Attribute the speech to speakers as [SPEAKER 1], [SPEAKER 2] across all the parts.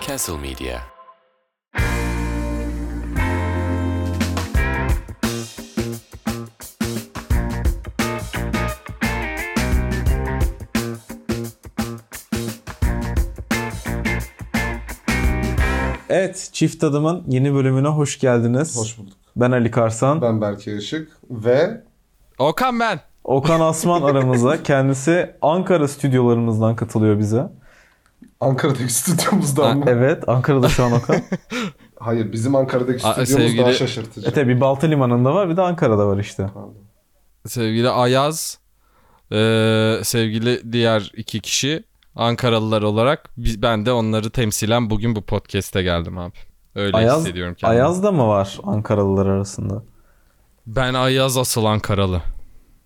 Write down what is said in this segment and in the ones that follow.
[SPEAKER 1] Castle Media.
[SPEAKER 2] Evet, Çift Adım'ın yeni bölümüne hoş geldiniz.
[SPEAKER 3] Hoş bulduk.
[SPEAKER 2] Ben Ali Karsan,
[SPEAKER 3] Ben Berke Işık ve
[SPEAKER 4] Okan ben.
[SPEAKER 2] Okan Asman aramızda. Kendisi Ankara stüdyolarımızdan katılıyor bize.
[SPEAKER 3] Ankara'daki stüdyomuzdan mı?
[SPEAKER 2] Evet, Ankara'da şu an Okan.
[SPEAKER 3] Hayır bizim Ankara'daki
[SPEAKER 4] Aa,
[SPEAKER 3] stüdyomuz
[SPEAKER 4] sevgili-
[SPEAKER 3] daha şaşırtıcı.
[SPEAKER 2] e tabi bir Balta Limanı'nda var, bir de Ankara'da var işte.
[SPEAKER 3] Pardon.
[SPEAKER 4] Sevgili Ayaz. eee, sevgili diğer iki kişi Ankaralılar olarak biz, ben de onları temsilen bugün bu podcast'e geldim abi. Öyle
[SPEAKER 2] Ayaz-
[SPEAKER 4] hissediyorum kendimi.
[SPEAKER 2] Ayaz da mı var Ankaralılar arasında?
[SPEAKER 4] Ben Ayaz asıl Ankaralı.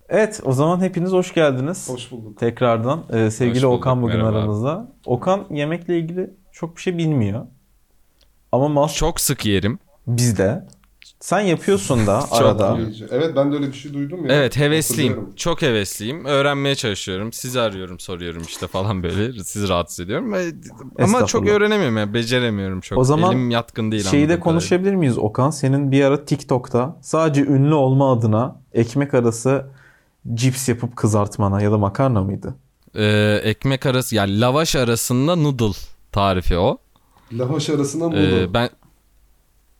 [SPEAKER 2] Evet, o zaman hepiniz hoş geldiniz.
[SPEAKER 3] Hoş bulduk.
[SPEAKER 2] Tekrardan e, sevgili
[SPEAKER 4] Hoş bulduk,
[SPEAKER 2] Okan bugün
[SPEAKER 4] merhaba.
[SPEAKER 2] aramızda. Okan yemekle ilgili çok bir şey bilmiyor. Ama mas
[SPEAKER 4] Çok sık yerim.
[SPEAKER 2] bizde. Sen yapıyorsun da arada.
[SPEAKER 3] İyice. Evet ben de öyle bir şey duydum ya.
[SPEAKER 4] Evet hevesliyim.
[SPEAKER 3] Hatırlıyorum.
[SPEAKER 4] Çok hevesliyim. Öğrenmeye çalışıyorum. Sizi arıyorum soruyorum işte falan böyle. Sizi rahatsız ediyorum. Ve- Ama çok
[SPEAKER 2] Estağfurullah.
[SPEAKER 4] öğrenemiyorum. yani, Beceremiyorum çok.
[SPEAKER 2] O zaman
[SPEAKER 4] Elim yatkın değil.
[SPEAKER 2] Şeyi de
[SPEAKER 4] anladığım kadarıyla.
[SPEAKER 2] konuşabilir miyiz Okan? Senin bir ara TikTok'ta sadece ünlü olma adına ekmek arası cips yapıp kızartmana ya da makarna mıydı?
[SPEAKER 4] Eee, Ee, ekmek arası yani lavaş arasında noodle tarifi o.
[SPEAKER 3] Lavaş arasında mı
[SPEAKER 4] Ee,
[SPEAKER 3] buldum?
[SPEAKER 4] ben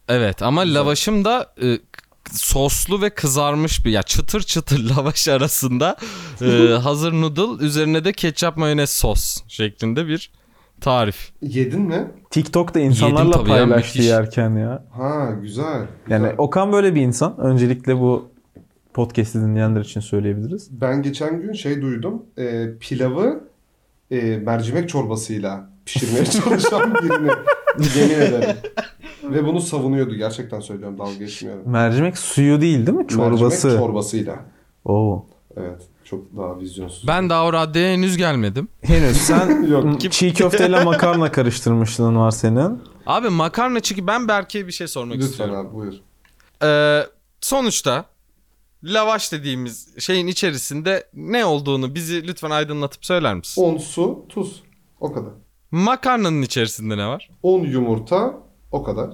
[SPEAKER 4] Evet ama lavaşım da e, k- soslu ve kızarmış bir ya çıtır çıtır lavaş arasında e, hazır noodle üzerine de ketçap mayonez sos şeklinde bir tarif.
[SPEAKER 3] Yedin mi?
[SPEAKER 2] TikTok'ta
[SPEAKER 4] Yedim
[SPEAKER 2] insanlarla
[SPEAKER 4] tabii ya,
[SPEAKER 2] paylaştı
[SPEAKER 4] müthiş.
[SPEAKER 2] yerken ya.
[SPEAKER 3] Ha güzel.
[SPEAKER 2] Yani
[SPEAKER 3] Yani
[SPEAKER 2] Okan böyle bir insan. Öncelikle bu podcast'i dinleyenler için söyleyebiliriz.
[SPEAKER 3] ben geçen gün şey duydum. E, pilavı e, mercimek çorbasıyla pişirmeye çalışan birini. Yemin ederim. Ve bunu savunuyordu. Gerçekten söylüyorum dalga geçmiyorum.
[SPEAKER 2] Mercimek suyu değil değil mi? Çorbası.
[SPEAKER 3] Mercimek çorbasıyla.
[SPEAKER 2] Oo.
[SPEAKER 3] Evet. Çok daha vizyonsuz.
[SPEAKER 4] Ben daha o raddeye henüz gelmedim.
[SPEAKER 2] Henüz sen
[SPEAKER 3] Yok.
[SPEAKER 2] çiğ köfteyle makarna karıştırmışlığın var senin.
[SPEAKER 4] Abi makarna çünkü ben Berke'ye bir şey sormak
[SPEAKER 3] Lütfen
[SPEAKER 4] istiyorum.
[SPEAKER 3] abi buyur.
[SPEAKER 4] Ee, sonuçta lavaş dediğimiz şeyin içerisinde ne olduğunu bizi lütfen aydınlatıp söyler misin?
[SPEAKER 3] 10 su, tuz. O kadar.
[SPEAKER 4] Makarnanın içerisinde ne var?
[SPEAKER 3] 10 yumurta o kadar.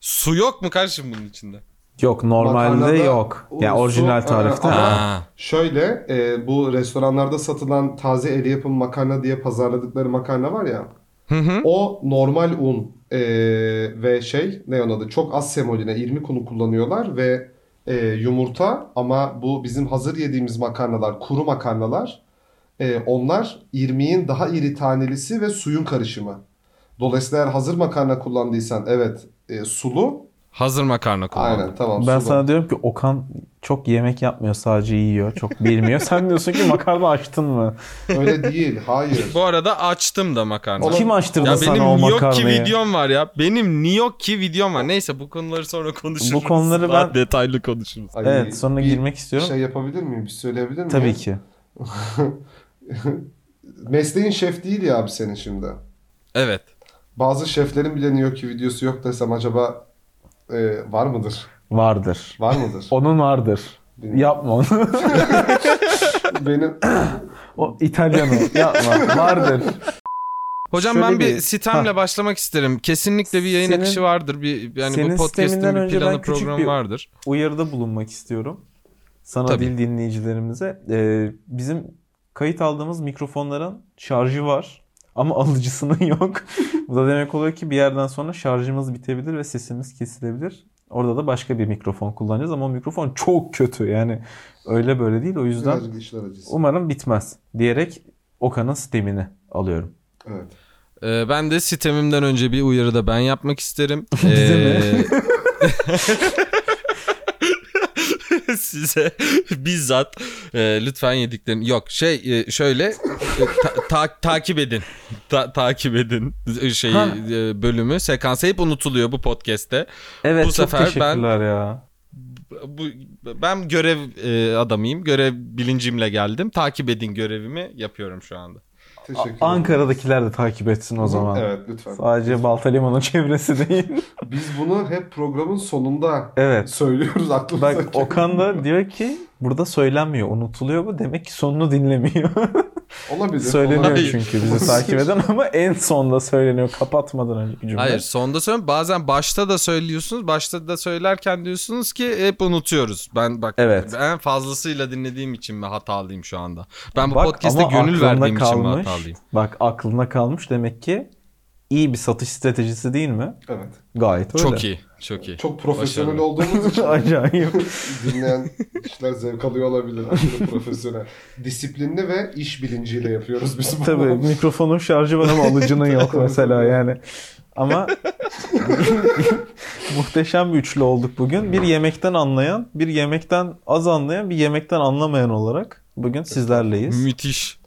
[SPEAKER 4] Su yok mu kardeşim bunun içinde?
[SPEAKER 2] Yok normalde
[SPEAKER 3] Makarnada
[SPEAKER 2] yok. Ya
[SPEAKER 3] su-
[SPEAKER 2] orijinal
[SPEAKER 3] Ha,
[SPEAKER 2] tarifte.
[SPEAKER 3] ama-
[SPEAKER 2] ha.
[SPEAKER 4] Ha.
[SPEAKER 3] Şöyle e, bu restoranlarda satılan taze el yapım makarna diye pazarladıkları makarna var ya.
[SPEAKER 4] Hı hı.
[SPEAKER 3] O normal un e, ve şey ne onun adı çok az semolina irmik unu kullanıyorlar ve e, yumurta ama bu bizim hazır yediğimiz makarnalar kuru makarnalar e, onlar irmiğin daha iri tanelisi ve suyun karışımı. Dolayısıyla eğer hazır makarna kullandıysan evet e, sulu
[SPEAKER 4] Hazır makarna kullandım.
[SPEAKER 3] aynen tamam
[SPEAKER 2] Ben
[SPEAKER 3] sulu.
[SPEAKER 2] sana diyorum ki Okan çok yemek yapmıyor sadece yiyor. Çok bilmiyor. Sen diyorsun ki makarna açtın mı?
[SPEAKER 3] Öyle değil. Hayır.
[SPEAKER 4] Bu arada açtım da makarna.
[SPEAKER 3] Oğlum,
[SPEAKER 2] Kim açtırdı
[SPEAKER 4] Ya
[SPEAKER 2] sana o
[SPEAKER 4] benim Gnocchi
[SPEAKER 2] makarnayı?
[SPEAKER 4] videom var ya. Benim Gnocchi videom var. Neyse bu konuları sonra konuşuruz.
[SPEAKER 2] Bu konuları
[SPEAKER 4] Daha
[SPEAKER 2] ben-
[SPEAKER 4] detaylı konuşuruz.
[SPEAKER 3] Ay,
[SPEAKER 2] Evet sonra
[SPEAKER 3] bir
[SPEAKER 2] girmek istiyorum.
[SPEAKER 3] Şey yapabilir miyim? Bir söyleyebilir miyim?
[SPEAKER 2] Tabii ki.
[SPEAKER 3] Mesleğin şef değil ya abi senin şimdi.
[SPEAKER 4] Evet.
[SPEAKER 3] Bazı şeflerin bile New York videosu yok desem acaba e, var mıdır?
[SPEAKER 2] Vardır.
[SPEAKER 3] Var mıdır?
[SPEAKER 2] Onun vardır.
[SPEAKER 3] Bilmiyorum.
[SPEAKER 2] Yapma onu.
[SPEAKER 3] Benim
[SPEAKER 2] o İtalyanı. Yapma. Vardır.
[SPEAKER 4] Hocam
[SPEAKER 2] Şöyle
[SPEAKER 4] ben bir
[SPEAKER 2] bir-
[SPEAKER 4] sitemle
[SPEAKER 2] Ha.
[SPEAKER 4] başlamak isterim. Kesinlikle bir yayın
[SPEAKER 2] Senin-
[SPEAKER 4] akışı vardır. Bir yani
[SPEAKER 2] senin
[SPEAKER 4] bu podcast'in
[SPEAKER 2] sisteminden
[SPEAKER 4] bir
[SPEAKER 2] önce ben
[SPEAKER 4] planı
[SPEAKER 2] küçük
[SPEAKER 4] programı
[SPEAKER 2] bir-
[SPEAKER 4] vardır.
[SPEAKER 2] Uyarıda bulunmak istiyorum. Sana
[SPEAKER 4] Tabii.
[SPEAKER 2] değil dinleyicilerimize. Ee, bizim kayıt aldığımız mikrofonların şarjı var. Ama alıcısının yok. Bu da demek oluyor ki bir yerden sonra şarjımız bitebilir ve sesimiz kesilebilir. Orada da başka bir mikrofon kullanacağız ama o mikrofon çok kötü. Yani öyle böyle değil. O yüzden
[SPEAKER 3] birazcık işler acısı.
[SPEAKER 2] Umarım bitmez diyerek Okan'ın sistemini alıyorum.
[SPEAKER 3] Evet.
[SPEAKER 4] Ee, ben de sitemimden önce bir uyarı da ben yapmak isterim. Ee,
[SPEAKER 2] Bize mi?
[SPEAKER 4] Size bizzat e, lütfen yediklerini yok şey e, şöyle e, ta- ta- takip edin Ta- takip edin şeyi
[SPEAKER 2] Ha.
[SPEAKER 4] e, bölümü sekansı hep unutuluyor bu podcast'te
[SPEAKER 2] Evet
[SPEAKER 4] Bu
[SPEAKER 2] çok
[SPEAKER 4] sefer ben-
[SPEAKER 2] teşekkürler ya.
[SPEAKER 4] bu ben görev e, adamıyım görev bilincimle geldim takip edin görevimi yapıyorum şu anda
[SPEAKER 3] Teşekkür ederim.
[SPEAKER 2] Ankara'dakiler de takip etsin o zaman.
[SPEAKER 3] Evet lütfen.
[SPEAKER 2] Sadece Baltaliman'ın çevresi değil.
[SPEAKER 3] Biz bunu hep programın sonunda
[SPEAKER 2] evet.
[SPEAKER 3] söylüyoruz aklımıza.
[SPEAKER 2] Bak Okan da diyor ki burada söylenmiyor unutuluyor bu demek ki sonunu dinlemiyor.
[SPEAKER 3] Olabilir.
[SPEAKER 2] Söyleniyor
[SPEAKER 3] olabilir.
[SPEAKER 4] Hayır.
[SPEAKER 2] çünkü bizi takip eden ama en sonda söyleniyor kapatmadan önceki cümle.
[SPEAKER 4] Hayır sonda söylüyorum. Bazen başta da söylüyorsunuz. Başta da söylerken diyorsunuz ki hep unutuyoruz. Ben bak
[SPEAKER 2] Evet.
[SPEAKER 4] ben fazlasıyla dinlediğim için mi hatalıyım şu anda? Ben bu
[SPEAKER 2] Bak,
[SPEAKER 4] podcast'te
[SPEAKER 2] ama
[SPEAKER 4] gönül
[SPEAKER 2] aklında
[SPEAKER 4] verdiğim için mi
[SPEAKER 2] kalmış.
[SPEAKER 4] hatalıyım?
[SPEAKER 2] Bak aklına kalmış demek ki iyi bir satış stratejisi değil mi?
[SPEAKER 3] Evet.
[SPEAKER 2] Gayet öyle.
[SPEAKER 4] Çok iyi. Çok iyi.
[SPEAKER 3] Çok profesyonel
[SPEAKER 4] Başarılı.
[SPEAKER 3] olduğumuz için
[SPEAKER 2] Acayip.
[SPEAKER 3] dinleyen kişiler zevk alıyor olabilir. Aşırı profesyonel. Disiplinli ve iş bilinciyle yapıyoruz biz bunu.
[SPEAKER 2] Tabii mikrofonun şarjı var ama alıcının yok mesela yani. Ama muhteşem bir üçlü olduk bugün. Bir yemekten anlayan, bir yemekten az anlayan, bir yemekten anlamayan olarak bugün
[SPEAKER 4] Hmm.
[SPEAKER 2] sizlerleyiz.
[SPEAKER 4] Müthiş.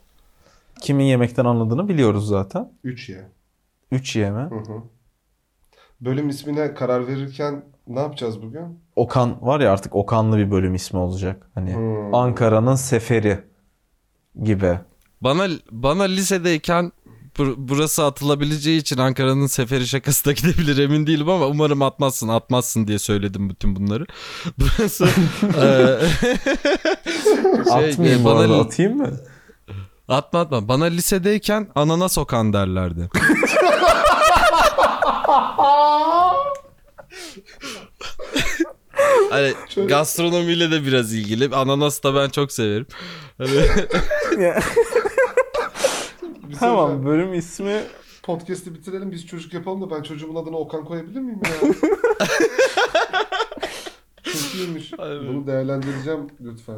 [SPEAKER 2] Kimin yemekten anladığını biliyoruz zaten.
[SPEAKER 3] 3 ye.
[SPEAKER 2] Üç yeme.
[SPEAKER 3] Hı hı. Bölüm ismine karar verirken ne yapacağız bugün?
[SPEAKER 2] Okan var ya artık Okanlı bir bölüm ismi olacak. Hani
[SPEAKER 3] Hmm.
[SPEAKER 2] Ankara'nın seferi gibi.
[SPEAKER 4] Bana bana lisedeyken bur- burası atılabileceği için Ankara'nın seferi şakası da gidebilir emin değilim ama umarım atmazsın atmazsın diye söyledim bütün bunları. Burası eee, şey,
[SPEAKER 2] Atmayayım bu
[SPEAKER 4] bana
[SPEAKER 2] arada
[SPEAKER 4] li-
[SPEAKER 2] atayım mı?
[SPEAKER 4] Atma atma. Bana lisedeyken anana sokan derlerdi. hani gastronomiyle de biraz ilgili. Ananas da ben çok severim. Hani-
[SPEAKER 3] Biz
[SPEAKER 2] tamam
[SPEAKER 3] önce
[SPEAKER 2] bölüm ismi
[SPEAKER 3] Podcast'i bitirelim biz çocuk yapalım da ben çocuğumun adına Okan koyabilir miyim ya? Çok iyiymiş.
[SPEAKER 4] Aynen.
[SPEAKER 3] Bunu değerlendireceğim lütfen.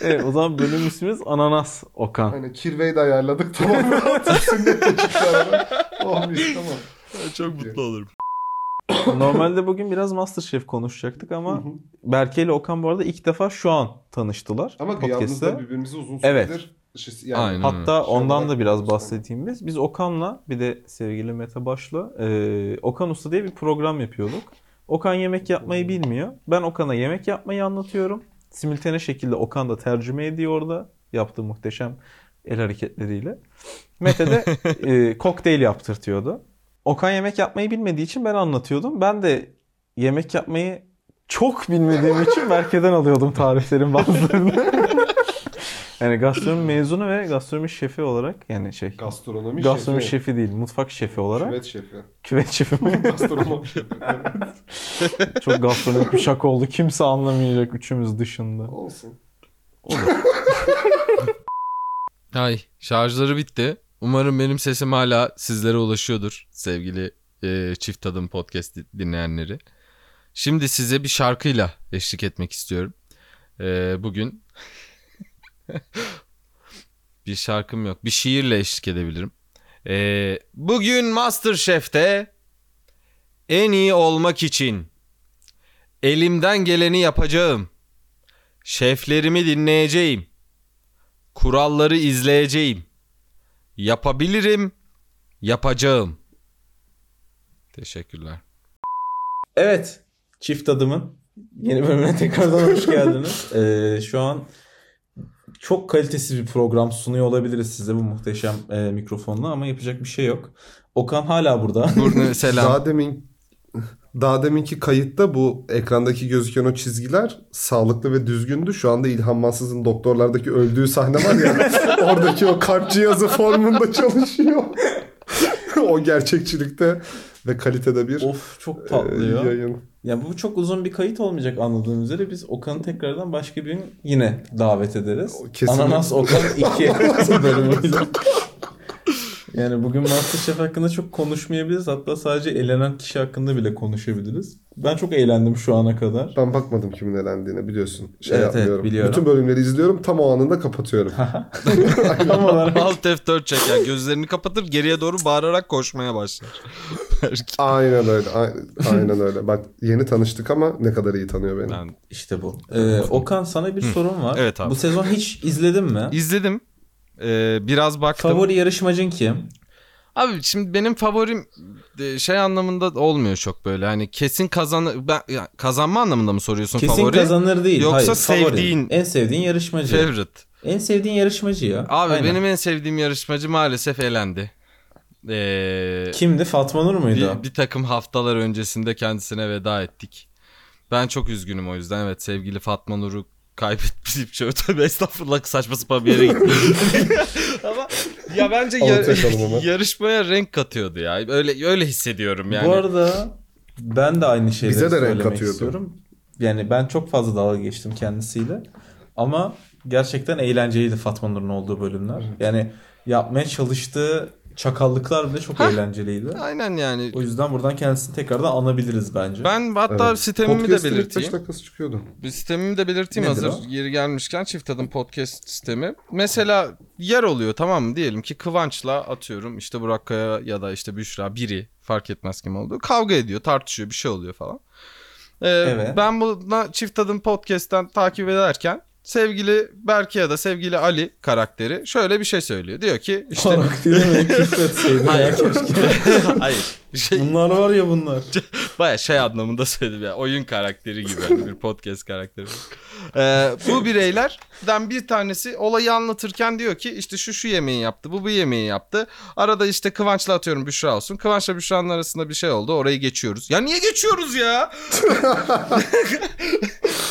[SPEAKER 2] Evet, e, o zaman bölüm ismimiz Ananas Okan.
[SPEAKER 3] Hani kirveyi de ayarladık tamam mı? Sünnet de çıktı arada. Oh mis tamam.
[SPEAKER 4] çok mutlu olurum.
[SPEAKER 2] Normalde bugün biraz Masterchef konuşacaktık ama
[SPEAKER 3] Hı hı.
[SPEAKER 2] Berke ile Okan bu arada ilk defa şu an tanıştılar
[SPEAKER 3] Ama
[SPEAKER 2] podcast'te.
[SPEAKER 3] gıyabımızda birbirimizi uzun
[SPEAKER 2] Evet.
[SPEAKER 3] süredir şey- yani
[SPEAKER 4] Aynen.
[SPEAKER 2] Hatta
[SPEAKER 3] Şey
[SPEAKER 2] ondan
[SPEAKER 3] olarak
[SPEAKER 2] da biraz
[SPEAKER 3] konuşalım.
[SPEAKER 2] bahsedeyim biz. Biz Okan'la bir de sevgili Mete Baş'la e, Okan Usta diye bir program yapıyorduk. Okan yemek
[SPEAKER 3] Hmm.
[SPEAKER 2] yapmayı bilmiyor. Ben Okan'a yemek yapmayı anlatıyorum. Simultane şekilde Okan da tercüme ediyor orada. Yaptığı muhteşem el hareketleriyle. Mete de e, kokteyl yaptırtıyordu. Okan yemek yapmayı bilmediği için ben anlatıyordum. Ben de yemek yapmayı çok bilmediğim için Berke'den alıyordum tariflerin bazılarını. yani gastronomi mezunu ve gastronomi şefi olarak yani şey
[SPEAKER 3] gastronomi,
[SPEAKER 2] gastronomi
[SPEAKER 3] şefi.
[SPEAKER 2] şefi değil mutfak şefi olarak
[SPEAKER 3] Küvet şefi.
[SPEAKER 2] küvet şefi mi?
[SPEAKER 3] Gastronomi şefi. Evet,
[SPEAKER 2] çok gastronomik bir şaka oldu. Kimse anlamayacak üçümüz dışında.
[SPEAKER 3] Olsun.
[SPEAKER 4] Ay şarjları bitti. Umarım benim sesim hala sizlere ulaşıyordur sevgili e, Çift Tadım Podcast dinleyenleri. Şimdi size bir şarkıyla eşlik etmek istiyorum. E, bugün bir şarkım yok. Bir şiirle eşlik edebilirim. E, bugün Masterchef'te en iyi olmak için elimden geleni yapacağım. Şeflerimi dinleyeceğim. Kuralları izleyeceğim. Yapabilirim, yapacağım. Teşekkürler.
[SPEAKER 2] Evet. Çift adımın yeni bölümüne tekrardan hoş geldiniz. Ee, şu an çok kalitesiz bir program sunuyor olabiliriz size bu muhteşem e, mikrofonla ama yapacak bir şey yok. Okan hala burada.
[SPEAKER 4] Burnu selam.
[SPEAKER 3] Daha demin daha deminki kayıtta bu ekrandaki gözüken o çizgiler sağlıklı ve düzgündü. Şu anda İlhan Mansız'ın doktorlardaki öldüğü sahne var ya. oradaki o kalp cihazı formunda çalışıyor. o gerçekçilikte ve kalitede bir
[SPEAKER 2] of çok
[SPEAKER 3] e,
[SPEAKER 2] tatlıyor. Ya
[SPEAKER 3] yayın.
[SPEAKER 2] bu çok uzun bir kayıt olmayacak anladığım üzere biz Okan'ı tekrardan başka bir gün yine davet ederiz.
[SPEAKER 3] Kesinlikle.
[SPEAKER 2] Ananas Okan 2 bölümüyle. Yani bugün Masterchef hakkında çok konuşmayabiliriz. Hatta sadece elenen kişi hakkında bile konuşabiliriz. Ben çok eğlendim şu ana kadar.
[SPEAKER 3] Ben bakmadım kimin elendiğine biliyorsun. Şey
[SPEAKER 2] Evet, evet,
[SPEAKER 3] yapmıyorum.
[SPEAKER 2] biliyorum.
[SPEAKER 3] Bütün bölümleri izliyorum tam o anında kapatıyorum.
[SPEAKER 2] Tam olarak
[SPEAKER 4] Alt F4 çeker. Gözlerini kapatır geriye doğru bağırarak koşmaya başlar. Belki.
[SPEAKER 3] Aynen öyle. a- Aynen öyle. Bak yeni tanıştık ama ne kadar iyi tanıyor beni.
[SPEAKER 4] Ben
[SPEAKER 2] işte bu. Ee, Okan sana bir sorum var.
[SPEAKER 4] Evet abi.
[SPEAKER 2] Bu sezon hiç izledin mi?
[SPEAKER 4] izledim. Ee, biraz baktım.
[SPEAKER 2] Favori yarışmacın kim?
[SPEAKER 4] Abi şimdi benim favorim e, şey anlamında olmuyor çok böyle. Hani kesin kazan ben ya, kazanma anlamında mı soruyorsun
[SPEAKER 2] Kesin
[SPEAKER 4] favori?
[SPEAKER 2] kazanır değil.
[SPEAKER 4] Yoksa
[SPEAKER 2] Hayır, favori.
[SPEAKER 4] sevdiğin-
[SPEAKER 2] En sevdiğin yarışmacı.
[SPEAKER 4] Favorite.
[SPEAKER 2] En sevdiğin yarışmacı ya.
[SPEAKER 4] Abi
[SPEAKER 2] Aynen.
[SPEAKER 4] benim en sevdiğim yarışmacı maalesef elendi. Ee,
[SPEAKER 2] Kimdi? Fatma Nur muydu?
[SPEAKER 4] Bir, bir takım haftalar öncesinde kendisine veda ettik. Ben çok üzgünüm o yüzden. Evet sevgili Fatma Nur'u kaybetmişim. Şöyle tövbe estağfurullah saçma sapan bir yere gitti. Ama ya bence
[SPEAKER 3] Ama
[SPEAKER 4] yar-
[SPEAKER 3] takalım hemen.
[SPEAKER 4] yarışmaya renk katıyordu ya. Öyle öyle hissediyorum yani.
[SPEAKER 1] Bu arada ben de aynı şeyleri
[SPEAKER 3] Bize de renk
[SPEAKER 1] söylemek
[SPEAKER 3] katıyordu.
[SPEAKER 1] istiyorum. Yani ben çok fazla dalga geçtim kendisiyle. Ama gerçekten eğlenceliydi Fatma Nur'un olduğu bölümler. Yani yapmaya çalıştığı çakallıklar bile çok
[SPEAKER 4] Hah.
[SPEAKER 1] eğlenceliydi.
[SPEAKER 4] Aynen yani.
[SPEAKER 1] O yüzden buradan kendisini tekrardan anabiliriz bence.
[SPEAKER 4] Ben hatta
[SPEAKER 3] Evet.
[SPEAKER 4] sitemimi de
[SPEAKER 3] Podcast'ın ilk
[SPEAKER 4] belirteyim.
[SPEAKER 3] beş dakikası çıkıyordu.
[SPEAKER 4] Bir sistemimi de belirteyim
[SPEAKER 1] Nedir
[SPEAKER 4] hazır
[SPEAKER 1] o?
[SPEAKER 4] yeri gelmişken çift adım podcast sistemi. Mesela yer oluyor tamam mı diyelim ki Kıvanç'la atıyorum işte Burak Kaya ya da işte Büşra biri fark etmez kim olduğu kavga ediyor tartışıyor bir şey oluyor falan. Ee,
[SPEAKER 1] Evet.
[SPEAKER 4] Ben buna çift adım podcast'ten takip ederken sevgili Berke ya da sevgili Ali karakteri şöyle bir şey söylüyor. Diyor ki işte
[SPEAKER 1] Olarak değil mi? Küfür etseydim ya keşke.
[SPEAKER 4] hayır şey
[SPEAKER 1] Bunlar var ya bunlar.
[SPEAKER 4] Baya şey anlamında söyledim ya. Oyun karakteri gibi. hani bir podcast karakteri. Ee, bu bireylerden bir tanesi olayı anlatırken diyor ki işte şu şu yemeği yaptı. Bu bu yemeği yaptı. Arada işte Kıvanç'la atıyorum Büşra olsun. Kıvanç'la Büşra'nın arasında bir şey oldu. Orayı geçiyoruz. Ya niye geçiyoruz ya?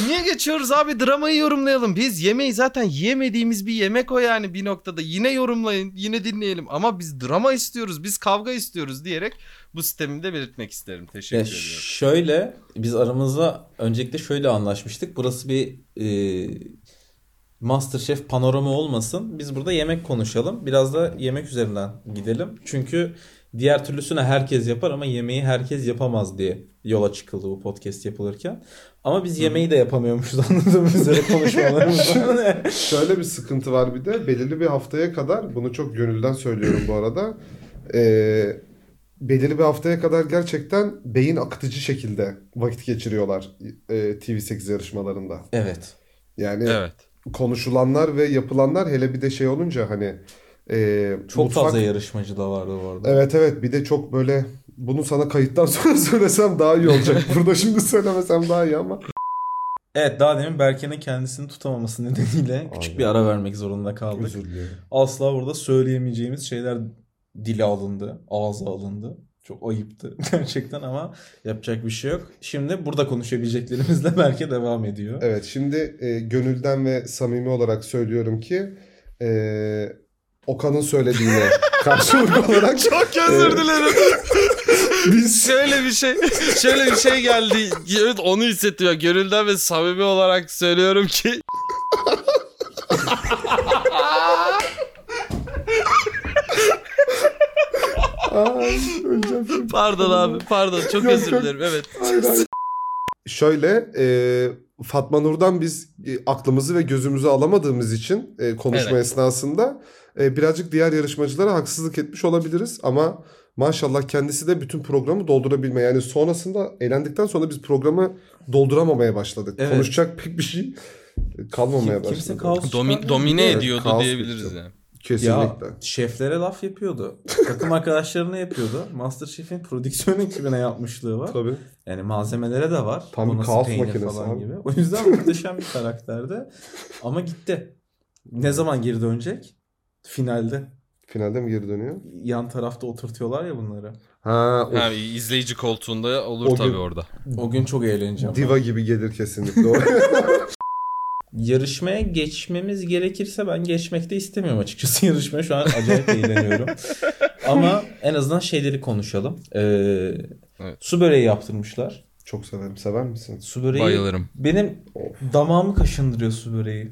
[SPEAKER 4] niye geçiyoruz abi? Dramayı yorumlayalım. Biz yemeği zaten yiyemediğimiz bir yemek o yani bir noktada. Yine yorumlayın. Yine dinleyelim. Ama biz drama istiyoruz. Biz kavga istiyoruz diyerek bu sistemi de belirtmek isterim. Teşekkür
[SPEAKER 2] Ya
[SPEAKER 4] ediyorum.
[SPEAKER 2] şöyle biz aramızda öncelikle şöyle anlaşmıştık. Burası bir e, Masterchef panorama olmasın. Biz burada yemek konuşalım. Biraz da yemek üzerinden gidelim. Çünkü diğer türlüsünü herkes yapar ama yemeği herkes yapamaz diye yola çıkıldı bu podcast yapılırken. Ama biz yemeği de yapamıyormuşuz anladığım üzere konuşmalarımızdan.
[SPEAKER 3] Şöyle bir sıkıntı var bir de belirli bir haftaya kadar bunu çok gönülden söylüyorum bu arada. Ee, belirli bir haftaya kadar gerçekten beyin akıtıcı şekilde vakit geçiriyorlar e, TV8 yarışmalarında.
[SPEAKER 2] evet.
[SPEAKER 3] Yani
[SPEAKER 4] Evet.
[SPEAKER 3] konuşulanlar ve yapılanlar hele bir de şey olunca hani e,
[SPEAKER 2] Çok
[SPEAKER 3] mutfak-
[SPEAKER 2] fazla yarışmacı da vardı bu arada.
[SPEAKER 3] Evet evet bir de çok böyle bunu sana kayıttan sonra söylesem daha iyi olacak. Burada şimdi söylemesem daha iyi ama.
[SPEAKER 2] Evet daha demin Berke'nin kendisini tutamaması nedeniyle küçük
[SPEAKER 3] Aynen.
[SPEAKER 2] bir ara vermek zorunda kaldık.
[SPEAKER 3] Özür dilerim.
[SPEAKER 2] asla burada söyleyemeyeceğimiz şeyler dile alındı, ağza alındı. Çok ayıptı gerçekten ama yapacak bir şey yok. Şimdi burada konuşabileceklerimizle belki devam ediyor.
[SPEAKER 3] Evet şimdi e, gönülden ve samimi olarak söylüyorum ki e, Okan'ın söylediğine karşılık olarak
[SPEAKER 4] Çok özür dilerim.
[SPEAKER 3] biz
[SPEAKER 4] şöyle bir şey, şöyle bir şey geldi. Evet onu hissettiriyor. Gönülden ve samimi olarak söylüyorum ki
[SPEAKER 3] Ay, öleceğim şimdi.
[SPEAKER 4] pardon abi, pardon. Çok
[SPEAKER 3] Yok,
[SPEAKER 4] özür
[SPEAKER 3] yok.
[SPEAKER 4] dilerim. Evet.
[SPEAKER 3] Hayır, hayır. Şöyle e, Fatma Nur'dan biz e, aklımızı ve gözümüzü alamadığımız için e, konuşma
[SPEAKER 4] Evet.
[SPEAKER 3] esnasında e, birazcık diğer yarışmacılara haksızlık etmiş olabiliriz ama maşallah kendisi de bütün programı doldurabilme yani sonrasında eğlendikten sonra biz programı dolduramamaya başladık.
[SPEAKER 2] Evet.
[SPEAKER 3] Konuşacak pek bir şey kalmamaya
[SPEAKER 2] Kim-
[SPEAKER 3] başladı.
[SPEAKER 2] kimse kaos
[SPEAKER 4] Domi-
[SPEAKER 2] çıkarmıyor.
[SPEAKER 4] domine
[SPEAKER 3] Evet,
[SPEAKER 4] ediyordu
[SPEAKER 3] kaos
[SPEAKER 4] diyebiliriz
[SPEAKER 3] bitti.
[SPEAKER 4] yani.
[SPEAKER 2] Ya
[SPEAKER 3] Kesinlikle.
[SPEAKER 2] şeflere laf yapıyordu. Takım arkadaşlarına yapıyordu. Masterchef'in prodüksiyon ekibine yapmışlığı var.
[SPEAKER 3] Tabii.
[SPEAKER 2] Yani malzemelere de var.
[SPEAKER 3] Tam bir
[SPEAKER 2] Bonus
[SPEAKER 3] kaos
[SPEAKER 2] peynir
[SPEAKER 3] makinesi
[SPEAKER 2] falan
[SPEAKER 3] abi.
[SPEAKER 2] gibi. O yüzden muhteşem bir karakterdi. Ama gitti. Ne zaman geri dönecek? Finalde.
[SPEAKER 3] Finalde mi geri dönüyor?
[SPEAKER 2] Yan tarafta oturtuyorlar ya bunları.
[SPEAKER 3] Ha, o
[SPEAKER 4] Yani izleyici koltuğunda olur
[SPEAKER 3] O
[SPEAKER 4] tabii
[SPEAKER 3] gün-
[SPEAKER 4] orada.
[SPEAKER 2] O gün çok eğleneceğim.
[SPEAKER 3] diva gibi gelir kesinlikle. o.
[SPEAKER 2] Yarışmaya geçmemiz gerekirse ben geçmek de istemiyorum açıkçası yarışmaya. Şu an acayip eğleniyorum. Ama en azından şeyleri konuşalım. Ee, Su böreği yaptırmışlar.
[SPEAKER 3] Çok severim. Sever misin?
[SPEAKER 2] Su böreği
[SPEAKER 4] Bayılırım.
[SPEAKER 2] benim damağımı kaşındırıyor su böreği.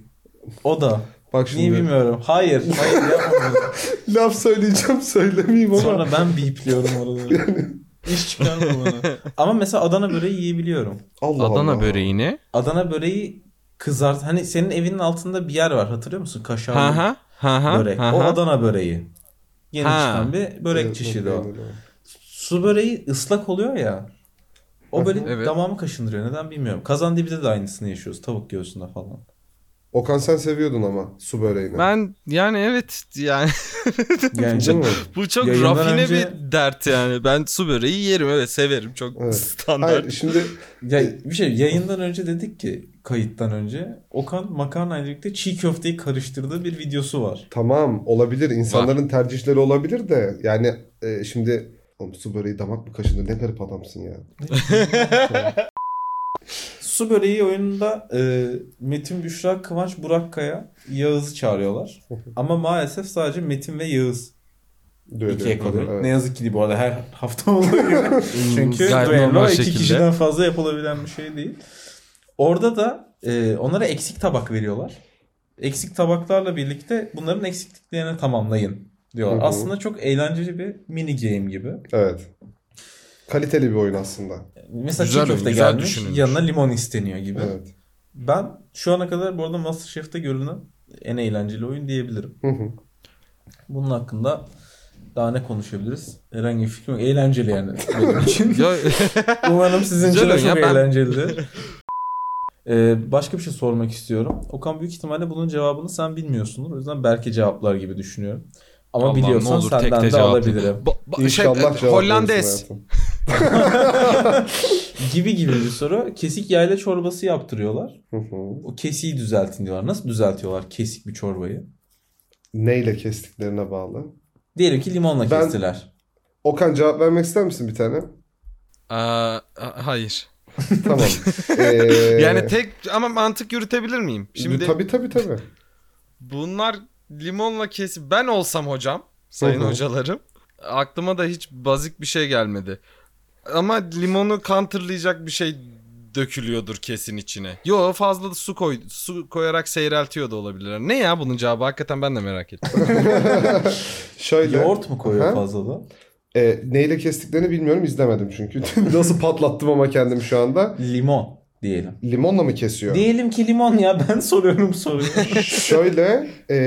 [SPEAKER 2] O da.
[SPEAKER 3] Bak
[SPEAKER 2] Niye
[SPEAKER 3] şimdi
[SPEAKER 2] bilmiyorum. Hayır. Hayır yapmadım.
[SPEAKER 3] laf söyleyeceğim söylemeyeyim ama.
[SPEAKER 2] Sonra ben bipliyorum oraları. İş çıkarma bana. Ama mesela Adana böreği yiyebiliyorum.
[SPEAKER 3] Allah
[SPEAKER 4] Adana
[SPEAKER 3] Allah.
[SPEAKER 4] böreğini.
[SPEAKER 2] Adana böreği kızart. Hani senin evinin altında bir yer var hatırlıyor musun? Kaşarlı
[SPEAKER 4] Ha ha. Ha ha.
[SPEAKER 2] börek.
[SPEAKER 4] ha
[SPEAKER 2] O
[SPEAKER 4] ha.
[SPEAKER 2] Adana böreği. Yeni
[SPEAKER 4] Ha.
[SPEAKER 2] çıkan bir börek
[SPEAKER 3] Evet,
[SPEAKER 2] çeşidi
[SPEAKER 3] evet,
[SPEAKER 2] o.
[SPEAKER 3] evet, evet.
[SPEAKER 2] Su böreği ıslak oluyor ya. O böyle
[SPEAKER 4] Evet.
[SPEAKER 2] damağımı kaşındırıyor. Neden bilmiyorum. Kazandibi'de de aynısını yaşıyoruz. Tavuk göğsünde falan.
[SPEAKER 3] Okan sen seviyordun ama su böreğini.
[SPEAKER 4] Ben yani evet yani
[SPEAKER 2] Yani
[SPEAKER 3] Değil mi?
[SPEAKER 4] bu çok
[SPEAKER 2] Yayından
[SPEAKER 4] rafine
[SPEAKER 2] önce-
[SPEAKER 4] bir dert yani. Ben su böreği yerim evet severim çok
[SPEAKER 3] Evet.
[SPEAKER 4] standart.
[SPEAKER 3] Hayır şimdi
[SPEAKER 2] ya bir şey yayından önce dedik ki kayıttan önce Okan makarnayla birlikte çiğ köfteyi karıştırdığı bir videosu var.
[SPEAKER 3] tamam olabilir insanların tercihleri olabilir de yani e, şimdi Oğlum su böreği damak mı kaşındı ne garip adamsın ya.
[SPEAKER 2] Su böreği oyununda e, Metin Büşra, Kıvanç, Burak Kaya, Yağız'ı çağırıyorlar. Ama maalesef sadece Metin ve Yağız
[SPEAKER 3] Düello
[SPEAKER 2] ikiye kalıyor.
[SPEAKER 3] yapıyorlar, evet.
[SPEAKER 2] Ne yazık ki değil bu arada her hafta olduğu gibi. Çünkü
[SPEAKER 4] Hmm. Gayet
[SPEAKER 2] düello
[SPEAKER 4] normal
[SPEAKER 2] iki
[SPEAKER 4] şekilde.
[SPEAKER 2] kişiden fazla yapılabilen bir şey değil. Orada da e, onlara eksik tabak veriyorlar. Eksik tabaklarla birlikte bunların eksikliklerini tamamlayın diyorlar.
[SPEAKER 3] Hı hı.
[SPEAKER 2] Aslında çok eğlenceli bir mini game gibi.
[SPEAKER 3] Evet. Kaliteli bir oyun aslında.
[SPEAKER 2] Mesela
[SPEAKER 4] Güzel
[SPEAKER 2] çiğ
[SPEAKER 4] oyun,
[SPEAKER 2] köfte
[SPEAKER 4] güzel
[SPEAKER 2] gelmiş
[SPEAKER 4] düşünülmüş.
[SPEAKER 2] yanına limon isteniyor gibi.
[SPEAKER 3] Evet.
[SPEAKER 2] Ben şu ana kadar bu arada MasterChef'te görülen en eğlenceli oyun diyebilirim.
[SPEAKER 3] Hı hı.
[SPEAKER 2] Bunun hakkında daha ne konuşabiliriz? Herhangi bir fikrim yok. Eğlenceli yani benim için.
[SPEAKER 4] Ya,
[SPEAKER 2] Umarım sizin için
[SPEAKER 4] Güzel
[SPEAKER 2] de
[SPEAKER 4] oyun
[SPEAKER 2] çok
[SPEAKER 4] ya, ben-
[SPEAKER 2] eğlencelidir. Ee, başka bir şey sormak istiyorum. Okan büyük ihtimalle bunun cevabını sen bilmiyorsundur. O yüzden belki cevaplar gibi düşünüyorum. Ama
[SPEAKER 4] Allah'ım, ne
[SPEAKER 2] biliyorsan
[SPEAKER 4] olur tek
[SPEAKER 2] senden
[SPEAKER 4] de
[SPEAKER 2] de
[SPEAKER 4] cevapla.
[SPEAKER 2] alabilirim.
[SPEAKER 4] ba- ba- şey,
[SPEAKER 3] İnşallah cevap
[SPEAKER 4] e,
[SPEAKER 3] verirsin
[SPEAKER 4] Hollandes.
[SPEAKER 3] hayatım.
[SPEAKER 2] Gibi gibi bir soru. Kesik yayla çorbası yaptırıyorlar.
[SPEAKER 3] Hı hı.
[SPEAKER 2] O kesiği düzeltin diyorlar. Nasıl düzeltiyorlar kesik bir çorbayı?
[SPEAKER 3] Neyle kestiklerine bağlı.
[SPEAKER 2] Diyelim ki limonla
[SPEAKER 3] Ben-
[SPEAKER 2] kestiler.
[SPEAKER 3] Okan cevap vermek ister misin bir tane?
[SPEAKER 4] Aa, a- hayır.
[SPEAKER 3] Tamam. Ee,
[SPEAKER 4] Yani tek ama mantık yürütebilir miyim? Şimdi
[SPEAKER 3] Tabii tabii tabii.
[SPEAKER 4] bunlar limonla kesip ben olsam hocam, sayın
[SPEAKER 3] Hı hı.
[SPEAKER 4] hocalarım. Aklıma da hiç bazik bir şey gelmedi. Ama limonu counterlayacak bir şey dökülüyordur kesin içine. Yo fazla da su koy su koyarak seyreltiyor da olabilir. Ne ya bunun cevabı? Hakikaten ben de merak ettim.
[SPEAKER 3] Şöyle.
[SPEAKER 2] Yoğurt mu koyuyor
[SPEAKER 3] Ha?
[SPEAKER 2] fazla da?
[SPEAKER 3] E, neyle kestiklerini bilmiyorum izlemedim çünkü. Nasıl patlattım ama kendim şu anda.
[SPEAKER 2] Limon diyelim.
[SPEAKER 3] Limonla mı kesiyor?
[SPEAKER 2] Diyelim ki limon ya ben soruyorum soruyu.
[SPEAKER 3] Şöyle e,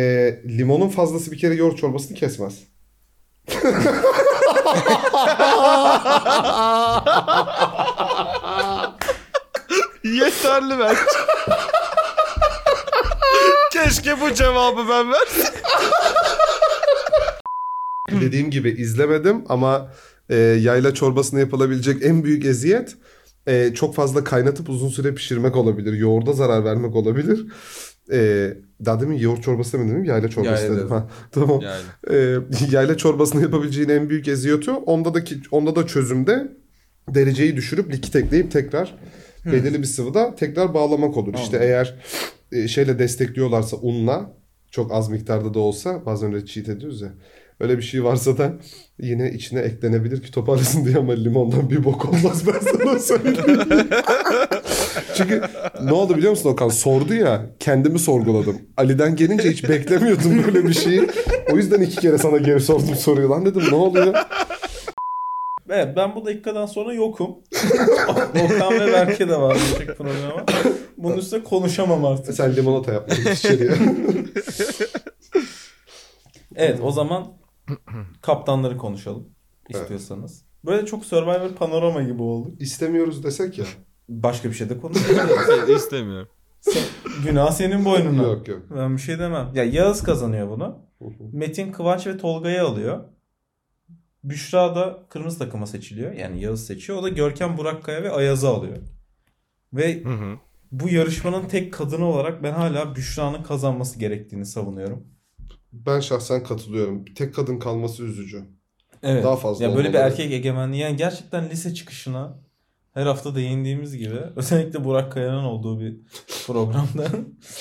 [SPEAKER 3] limonun fazlası bir kere yoğurt çorbasını kesmez.
[SPEAKER 4] Yeterli bence. Keşke bu cevabı ben versem.
[SPEAKER 3] Dediğim gibi izlemedim ama e, yayla çorbasına yapılabilecek en büyük eziyet e, çok fazla kaynatıp uzun süre pişirmek olabilir. Yoğurda zarar vermek olabilir. E, daha demin yoğurt çorbası demedim değil mi? Yayla çorbası
[SPEAKER 2] Yayla
[SPEAKER 3] dedim.
[SPEAKER 2] dedim.
[SPEAKER 3] Ha, tamam.
[SPEAKER 4] Yani.
[SPEAKER 3] e, yayla çorbasını yapabileceğin en büyük eziyotu onda da ki, onda da çözümde dereceyi düşürüp likit ekleyip tekrar belirli bir sıvıda tekrar bağlamak olur. İşte eğer e, şeyle destekliyorlarsa unla çok az miktarda da olsa bazen öyle cheat ediyoruz ya. Öyle bir şey varsa da yine içine eklenebilir ki toparlasın diye ama limondan bir bok olmaz ben sana söyleyeyim. Çünkü ne oldu biliyor musun Okan? Sordu ya kendimi sorguladım. Ali'den gelince hiç beklemiyordum böyle bir şeyi. O yüzden iki kere sana geri sordum soruyu lan dedim ne oluyor?
[SPEAKER 2] evet ben bu dakikadan sonra yokum. Okan ve Berke de var gelecek programa. Bunun üstüne konuşamam artık.
[SPEAKER 3] Sen limonata yapmışsın içeriye.
[SPEAKER 2] Evet o zaman kaptanları konuşalım istiyorsanız. Böyle çok Survivor panorama gibi oldu.
[SPEAKER 3] İstemiyoruz desek ya.
[SPEAKER 2] Başka bir şey de konuşalım.
[SPEAKER 4] İstemiyorum.
[SPEAKER 2] Günah senin boynuna.
[SPEAKER 3] Yok yok.
[SPEAKER 2] Ben bir şey demem. Ya Yağız kazanıyor bunu. Metin Kıvanç ve Tolga'yı alıyor. Büşra da kırmızı takıma seçiliyor. Yani Yağız seçiyor. O da Görkem Burakkaya ve Ayaz'ı alıyor. Ve
[SPEAKER 4] Hı hı.
[SPEAKER 2] bu yarışmanın tek kadını olarak ben hala Büşra'nın kazanması gerektiğini savunuyorum.
[SPEAKER 3] Ben şahsen katılıyorum. Tek kadın kalması üzücü.
[SPEAKER 2] Evet.
[SPEAKER 3] Daha fazla
[SPEAKER 2] Ya böyle bir
[SPEAKER 3] olmaları.
[SPEAKER 2] erkek egemenliği yani gerçekten lise çıkışına her hafta değindiğimiz gibi özellikle Burak Kaya'nın olduğu bir programda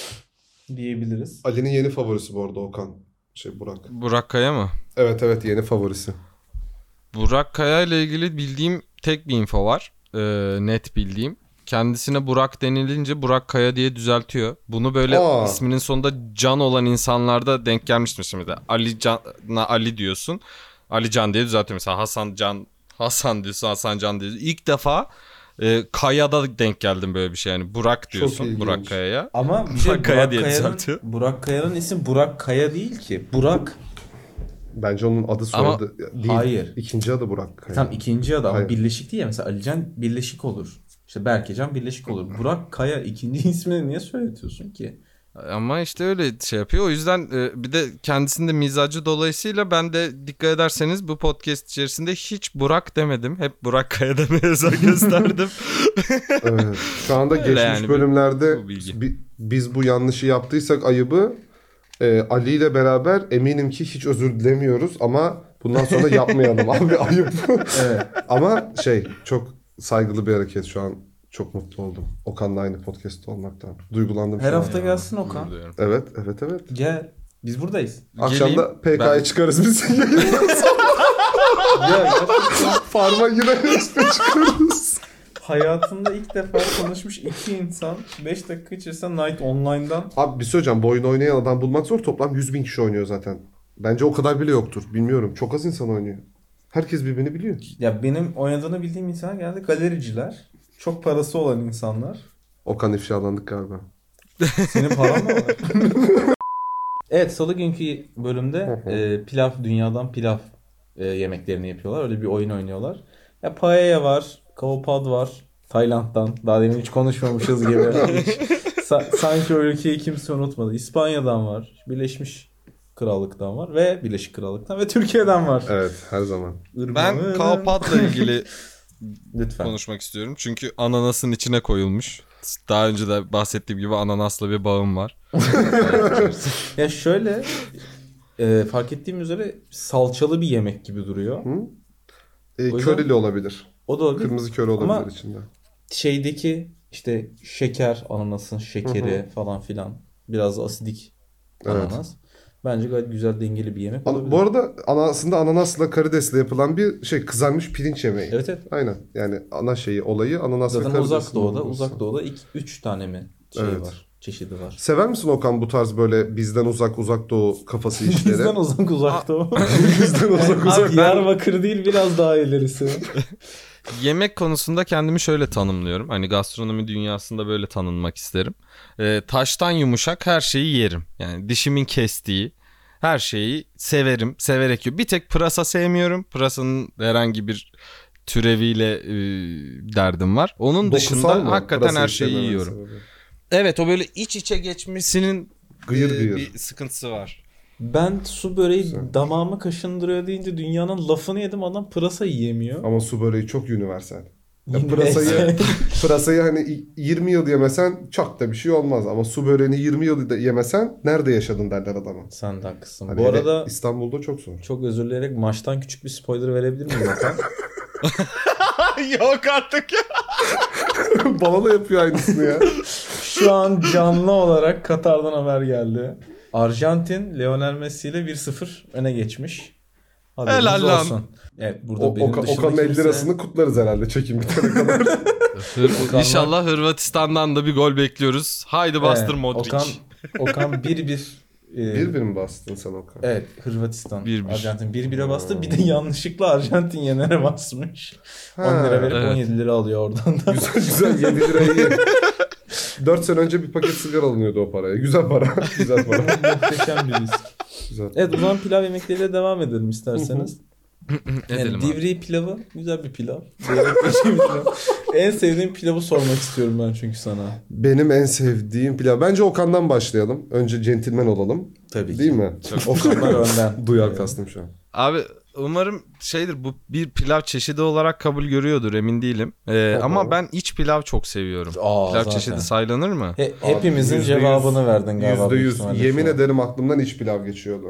[SPEAKER 2] diyebiliriz.
[SPEAKER 3] Ali'nin yeni favorisi bu arada Okan. Şey Burak.
[SPEAKER 4] Burak Kaya mı?
[SPEAKER 3] Evet evet yeni favorisi.
[SPEAKER 4] Burak Kaya ile ilgili bildiğim tek bir info var. Ee, net bildiğim. Kendisine Burak denilince Burak Kaya diye düzeltiyor. Bunu böyle
[SPEAKER 3] Aa.
[SPEAKER 4] isminin sonunda Can olan insanlarda denk gelmiştim şimdi. Ali Can'a Ali diyorsun. Ali Can diye düzeltiyor. Mesela Hasan Can Hasan diyorsun Hasan Can diyorsun. İlk defa e, Kaya'da denk geldim böyle bir şey. Yani Burak diyorsun
[SPEAKER 3] ilginç.
[SPEAKER 4] Burak Kaya'ya.
[SPEAKER 2] Ama bir şey
[SPEAKER 4] Burak Kaya
[SPEAKER 2] Burak,
[SPEAKER 4] diye
[SPEAKER 2] Kaya'nın,
[SPEAKER 4] düzeltiyor.
[SPEAKER 2] Burak Kaya'nın isim Burak Kaya değil ki. Burak
[SPEAKER 3] Bence onun adı
[SPEAKER 4] Ama-
[SPEAKER 3] soyadı değil.
[SPEAKER 2] Hayır.
[SPEAKER 3] İkinci adı Burak. Kaya.
[SPEAKER 2] tam ikinci adam.
[SPEAKER 3] Hayır.
[SPEAKER 2] Birleşik diye mesela Alican Birleşik olur. İşte Berkecan Birleşik olur. Burak Kaya ikinci ismini niye söyletiyorsun ki?
[SPEAKER 4] Ama işte öyle şey yapıyor. O yüzden e, bir de kendisinin de mizacı dolayısıyla ben de dikkat ederseniz bu podcast içerisinde hiç Burak demedim. Hep Burak Kaya demeye özen gösterdim.
[SPEAKER 3] Evet. Şu anda
[SPEAKER 4] Öyle
[SPEAKER 3] geçmiş
[SPEAKER 4] yani bir-
[SPEAKER 3] bölümlerde
[SPEAKER 4] bu bilgi.
[SPEAKER 3] bi- biz bu yanlışı yaptıysak ayıbı e, Ali ile beraber eminim ki hiç özür dilemiyoruz ama bundan sonra yapmayalım abi ayıp.
[SPEAKER 2] Evet.
[SPEAKER 3] ama şey çok saygılı bir hareket şu an Çok mutlu oldum. Okan'la aynı podcast'te olmaktan. Duygulandım.
[SPEAKER 1] Her
[SPEAKER 3] şu an.
[SPEAKER 1] hafta gelsin Okan.
[SPEAKER 4] Üzülüyorum.
[SPEAKER 3] Evet, evet, evet.
[SPEAKER 2] Gel. Biz buradayız.
[SPEAKER 3] Akşam da PK'ya
[SPEAKER 4] ben-
[SPEAKER 3] çıkarız biz.
[SPEAKER 2] Ya, ya
[SPEAKER 3] Farma gireriz de çıkarız.
[SPEAKER 2] hayatımda ilk defa konuşmuş iki insan 5 dakika içerisinde Night Online'dan
[SPEAKER 3] Abi bir şey söyleyeceğim. Bu oyunu oynayan adam bulmak zor. Toplam 100 bin kişi oynuyor zaten. Bence o kadar bile yoktur. Bilmiyorum. Çok az insan oynuyor. Herkes birbirini biliyor.
[SPEAKER 2] ya benim oynadığını bildiğim insanlar genelde galericiler. Çok parası olan insanlar.
[SPEAKER 3] Okan ifşalandık galiba.
[SPEAKER 2] Senin paran mı var? evet salı günkü bölümde e, pilav dünyadan pilav e, yemeklerini yapıyorlar. Öyle bir oyun oynuyorlar. Ya paella var, kavapad var. Tayland'dan. Daha demin hiç konuşmamışız gibi. Sa- sanki o ülkeyi kimse unutmadı. İspanya'dan var. Birleşmiş Krallık'tan var ve Birleşik Krallık'tan ve Türkiye'den var.
[SPEAKER 3] Evet her zaman.
[SPEAKER 2] Irmağım.
[SPEAKER 4] Ben Kaopat'la ilgili
[SPEAKER 2] lütfen.
[SPEAKER 4] konuşmak istiyorum. Çünkü ananasın içine koyulmuş. Daha önce de bahsettiğim gibi ananasla bir bağım var.
[SPEAKER 2] Ya şöyle e, fark ettiğim üzere salçalı bir yemek gibi duruyor.
[SPEAKER 3] E,
[SPEAKER 2] O yüzden-
[SPEAKER 3] körili olabilir.
[SPEAKER 2] O da olabilir.
[SPEAKER 3] Kırmızı köri olabilir
[SPEAKER 2] Ama-
[SPEAKER 3] içinde.
[SPEAKER 2] şeydeki işte şeker ananasın şekeri falan filan biraz asidik
[SPEAKER 3] Evet.
[SPEAKER 2] ananas. Bence gayet güzel dengeli bir yemek.
[SPEAKER 3] Ana-
[SPEAKER 2] olabilir.
[SPEAKER 3] bu arada ana- aslında ananasla karidesle yapılan bir şey kızarmış pirinç yemeği.
[SPEAKER 2] evet evet.
[SPEAKER 3] Aynen. Yani ana şeyi, olayı ananas ve
[SPEAKER 2] Zaten
[SPEAKER 3] karidesin.
[SPEAKER 2] uzak doğuda,
[SPEAKER 3] olması.
[SPEAKER 2] uzak doğuda 3 tane mi şey
[SPEAKER 3] Evet.
[SPEAKER 2] var, çeşidi var.
[SPEAKER 3] Sever misin Okan bu tarz böyle bizden uzak uzak doğu kafası işleri?
[SPEAKER 2] Bizden uzak uzak doğu.
[SPEAKER 3] bizden uzak
[SPEAKER 2] Abi
[SPEAKER 3] uzak doğu.
[SPEAKER 2] Diyarbakır değil biraz daha ilerisi.
[SPEAKER 4] Yemek konusunda kendimi şöyle tanımlıyorum. Hani gastronomi dünyasında böyle tanınmak isterim. Ee, taştan yumuşak her şeyi yerim. Yani dişimin kestiği her şeyi severim. Severek yiyorum. Bir tek pırasa sevmiyorum. Pırasanın herhangi bir türeviyle e, derdim var. Onun dışında
[SPEAKER 3] Dokusal mı?
[SPEAKER 4] hakikaten
[SPEAKER 3] Pırasa
[SPEAKER 4] her şeyi
[SPEAKER 3] işlememesi
[SPEAKER 4] yiyorum.
[SPEAKER 3] böyle.
[SPEAKER 4] Evet o böyle iç içe geçmesinin
[SPEAKER 3] Gıyır
[SPEAKER 4] e,
[SPEAKER 3] gıyır.
[SPEAKER 4] bir sıkıntısı var.
[SPEAKER 2] Ben su böreği damağımı kaşındırıyor deyince dünyanın lafını yedim adam pırasa yiyemiyor.
[SPEAKER 3] Ama su böreği çok universal. Ya pırasayı, pırasayı hani y- 20 yıl yemesen çok da bir şey olmaz. Ama su böreğini 20 yıl da yemesen nerede yaşadın derler adama.
[SPEAKER 2] Sen de haklısın.
[SPEAKER 3] Hani
[SPEAKER 2] Bu
[SPEAKER 3] hele
[SPEAKER 2] arada
[SPEAKER 3] İstanbul'da çok zor.
[SPEAKER 2] çok özür dileyerek maçtan küçük bir spoiler verebilir miyim Hakan?
[SPEAKER 4] Yok artık ya.
[SPEAKER 3] Bana da yapıyor aynısını ya.
[SPEAKER 2] Şu an canlı olarak Katar'dan haber geldi. Arjantin Lionel Messi ile 1-0 öne geçmiş. Haberiniz
[SPEAKER 4] Helal lan.
[SPEAKER 2] olsun. Evet burada
[SPEAKER 3] O,
[SPEAKER 2] benim
[SPEAKER 3] Oka-
[SPEAKER 2] dışında
[SPEAKER 3] Okan'ın 50
[SPEAKER 2] kimse-
[SPEAKER 3] lirasını kutlarız herhalde çekim bitene kadar.
[SPEAKER 4] İnşallah Hırvatistan'dan da bir gol bekliyoruz. Haydi
[SPEAKER 2] Evet,
[SPEAKER 3] Ee,
[SPEAKER 4] bastır Modric.
[SPEAKER 2] Okan, Okan 1-1. e,
[SPEAKER 3] bir bir mi bastın sen Okan?
[SPEAKER 2] Evet Hırvatistan.
[SPEAKER 4] 1-1.
[SPEAKER 2] Arjantin 1-1'e bastı. Bir de yanlışlıkla Arjantin yenere basmış. 10 lira verip
[SPEAKER 4] Evet.
[SPEAKER 2] 17 lira alıyor oradan da.
[SPEAKER 3] Güzel güzel 7 lirayı ye. 4 sene önce bir paket sigara alınıyordu o paraya. Güzel para. Güzel para.
[SPEAKER 2] Muhteşem bir risk.
[SPEAKER 3] Güzel.
[SPEAKER 2] Evet o zaman pilav yemekleriyle devam edelim isterseniz.
[SPEAKER 4] Edelim
[SPEAKER 2] Yani
[SPEAKER 4] abi.
[SPEAKER 2] divri pilavı güzel bir pilav. Devlet bir pilav. en sevdiğim pilavı sormak istiyorum ben çünkü sana.
[SPEAKER 3] Benim en sevdiğim pilav. Bence Okan'dan başlayalım. Önce centilmen olalım.
[SPEAKER 2] Tabii
[SPEAKER 3] Değil mi?
[SPEAKER 2] Okanlar önden.
[SPEAKER 3] Duyar kastım şu an.
[SPEAKER 4] Abi umarım şeydir bu bir pilav çeşidi olarak kabul görüyordur emin değilim. Ee,
[SPEAKER 3] Oho.
[SPEAKER 4] ama ben iç pilav çok seviyorum.
[SPEAKER 2] Aa,
[SPEAKER 4] pilav
[SPEAKER 2] zaten.
[SPEAKER 4] çeşidi saylanır mı?
[SPEAKER 2] He-
[SPEAKER 3] Abi,
[SPEAKER 2] hepimizin
[SPEAKER 3] yüzde yüz-
[SPEAKER 2] cevabını verdin galiba.
[SPEAKER 3] Yüzde
[SPEAKER 2] büyük
[SPEAKER 3] yüz.
[SPEAKER 2] ihtimalle şu
[SPEAKER 3] Yemin
[SPEAKER 2] an.
[SPEAKER 3] ederim aklımdan iç pilav geçiyordu.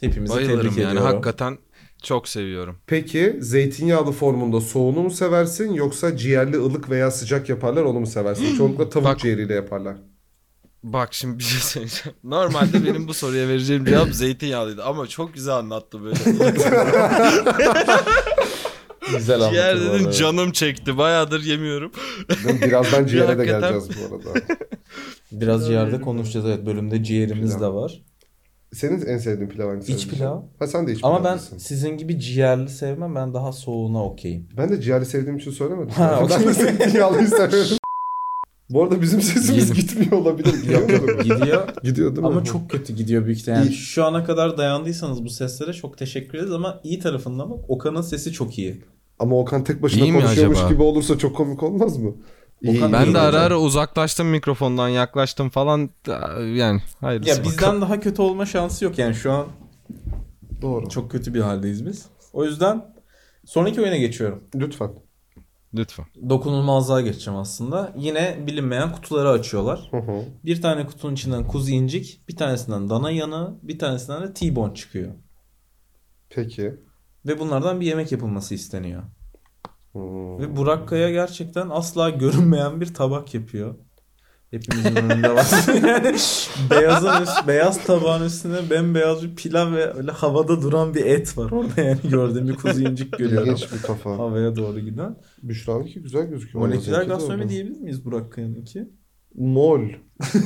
[SPEAKER 2] Hepimizi
[SPEAKER 4] Bayılırım
[SPEAKER 2] tebrik
[SPEAKER 4] yani
[SPEAKER 2] ediyorum.
[SPEAKER 4] hakikaten çok seviyorum.
[SPEAKER 3] Peki zeytinyağlı formunda soğunu mu seversin yoksa ciğerli ılık veya sıcak yaparlar onu mu seversin? Çoğunlukla tavuk
[SPEAKER 4] Bak-
[SPEAKER 3] ciğeriyle yaparlar.
[SPEAKER 4] Bak şimdi bir şey söyleyeceğim. Normalde benim bu soruya vereceğim cevap zeytinyağlıydı ama çok güzel anlattı böyle.
[SPEAKER 2] Güzel anlattın
[SPEAKER 4] Ciğer
[SPEAKER 2] bu
[SPEAKER 4] dedim
[SPEAKER 2] arada.
[SPEAKER 4] canım çekti bayağıdır yemiyorum.
[SPEAKER 3] Değil mi? Birazdan ciğere de
[SPEAKER 4] hakikaten-
[SPEAKER 3] geleceğiz bu arada.
[SPEAKER 2] Biraz ciğerde konuşacağız evet bölümde ciğerimiz
[SPEAKER 3] Pilav.
[SPEAKER 2] de var.
[SPEAKER 3] Senin en sevdiğin pilav hangisi?
[SPEAKER 2] İç pilav.
[SPEAKER 3] Ha sen de iç
[SPEAKER 2] Ama
[SPEAKER 3] pilav
[SPEAKER 2] ben
[SPEAKER 3] diyorsun.
[SPEAKER 2] sizin gibi ciğerli sevmem ben daha soğuğuna okeyim.
[SPEAKER 3] Ben de ciğeri sevdiğim için söylemedim.
[SPEAKER 2] Ha,
[SPEAKER 3] ben
[SPEAKER 2] okey.
[SPEAKER 3] de zeytinyağlıyı seviyorum. Bu arada bizim sesimiz
[SPEAKER 2] Yedim.
[SPEAKER 3] gitmiyor olabilir. Gidiyor,
[SPEAKER 2] Yok
[SPEAKER 3] mu?
[SPEAKER 2] yok gidiyor.
[SPEAKER 3] Gidiyor değil mi?
[SPEAKER 2] Ama çok kötü gidiyor büyük ihtimalle. Yani
[SPEAKER 3] İyi.
[SPEAKER 2] şu ana kadar dayandıysanız bu seslere çok teşekkür ederiz ama iyi tarafından bak Okan'ın sesi çok iyi.
[SPEAKER 3] Ama Okan tek başına
[SPEAKER 4] İyi mi
[SPEAKER 3] konuşuyormuş
[SPEAKER 4] acaba?
[SPEAKER 3] gibi olursa çok komik olmaz mı? İyi,
[SPEAKER 2] Okan-
[SPEAKER 3] iyi,
[SPEAKER 4] Ben
[SPEAKER 3] iyi.
[SPEAKER 4] de ara ara uzaklaştım mikrofondan yaklaştım falan Ee, yani hayırlısı.
[SPEAKER 2] Ya
[SPEAKER 4] bakalım.
[SPEAKER 2] bizden daha kötü olma şansı yok yani şu an
[SPEAKER 3] Doğru.
[SPEAKER 2] çok kötü bir haldeyiz biz. O yüzden sonraki oyuna geçiyorum.
[SPEAKER 3] Lütfen.
[SPEAKER 4] Lütfen.
[SPEAKER 2] Dokunulmazlığa geçeceğim aslında. Yine bilinmeyen kutuları açıyorlar.
[SPEAKER 3] Hı hı.
[SPEAKER 2] Bir tane kutunun içinden kuzu incik, bir tanesinden dana yanı, bir tanesinden de T-bone çıkıyor.
[SPEAKER 3] Peki.
[SPEAKER 2] Ve bunlardan bir yemek yapılması isteniyor.
[SPEAKER 3] Hmm.
[SPEAKER 2] Ve Burak Kaya gerçekten asla görünmeyen bir tabak yapıyor. Hepimizin önünde var. yani beyazın üst- beyaz tabağın üstüne bembeyaz bir pilav ve öyle havada duran bir et var orada yani gördüğüm bir kuzu incik görüyorum.
[SPEAKER 3] İlginç bir kafa.
[SPEAKER 2] Havaya doğru giden.
[SPEAKER 3] Büşra'nınki güzel gözüküyor.
[SPEAKER 2] Moleküler
[SPEAKER 3] Zeynep'in de
[SPEAKER 2] gastronomi
[SPEAKER 3] orada.
[SPEAKER 2] diyebilir miyiz Burak Kaya'nınki?
[SPEAKER 3] Mol.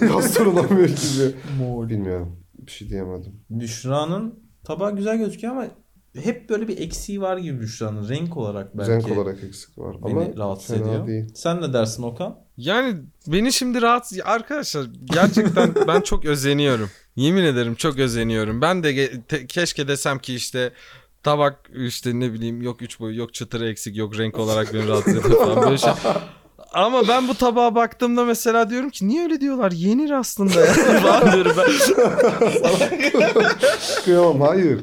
[SPEAKER 3] gastronomi gibi.
[SPEAKER 2] Mol.
[SPEAKER 3] Bilmiyorum. Bir şey diyemedim.
[SPEAKER 2] Büşra'nın tabağı güzel gözüküyor ama hep böyle bir eksiği var gibi Büşra'nın renk olarak belki.
[SPEAKER 3] Zenk olarak eksik var.
[SPEAKER 2] Beni
[SPEAKER 3] Ama
[SPEAKER 2] rahatsız
[SPEAKER 3] fena
[SPEAKER 2] ediyor.
[SPEAKER 3] değil.
[SPEAKER 2] Sen ne dersin Okan?
[SPEAKER 4] Yani beni şimdi rahat arkadaşlar gerçekten ben çok özeniyorum. Yemin ederim çok özeniyorum. Ben de ge- te- keşke desem ki işte tabak işte ne bileyim yok üç boyu yok çıtırı eksik yok renk olarak beni rahatsız ediyor falan böyle şey. Ama ben bu tabağa baktığımda mesela diyorum ki niye öyle diyorlar yenir aslında ya falan diyorum ben.
[SPEAKER 3] Kıyamam hayır.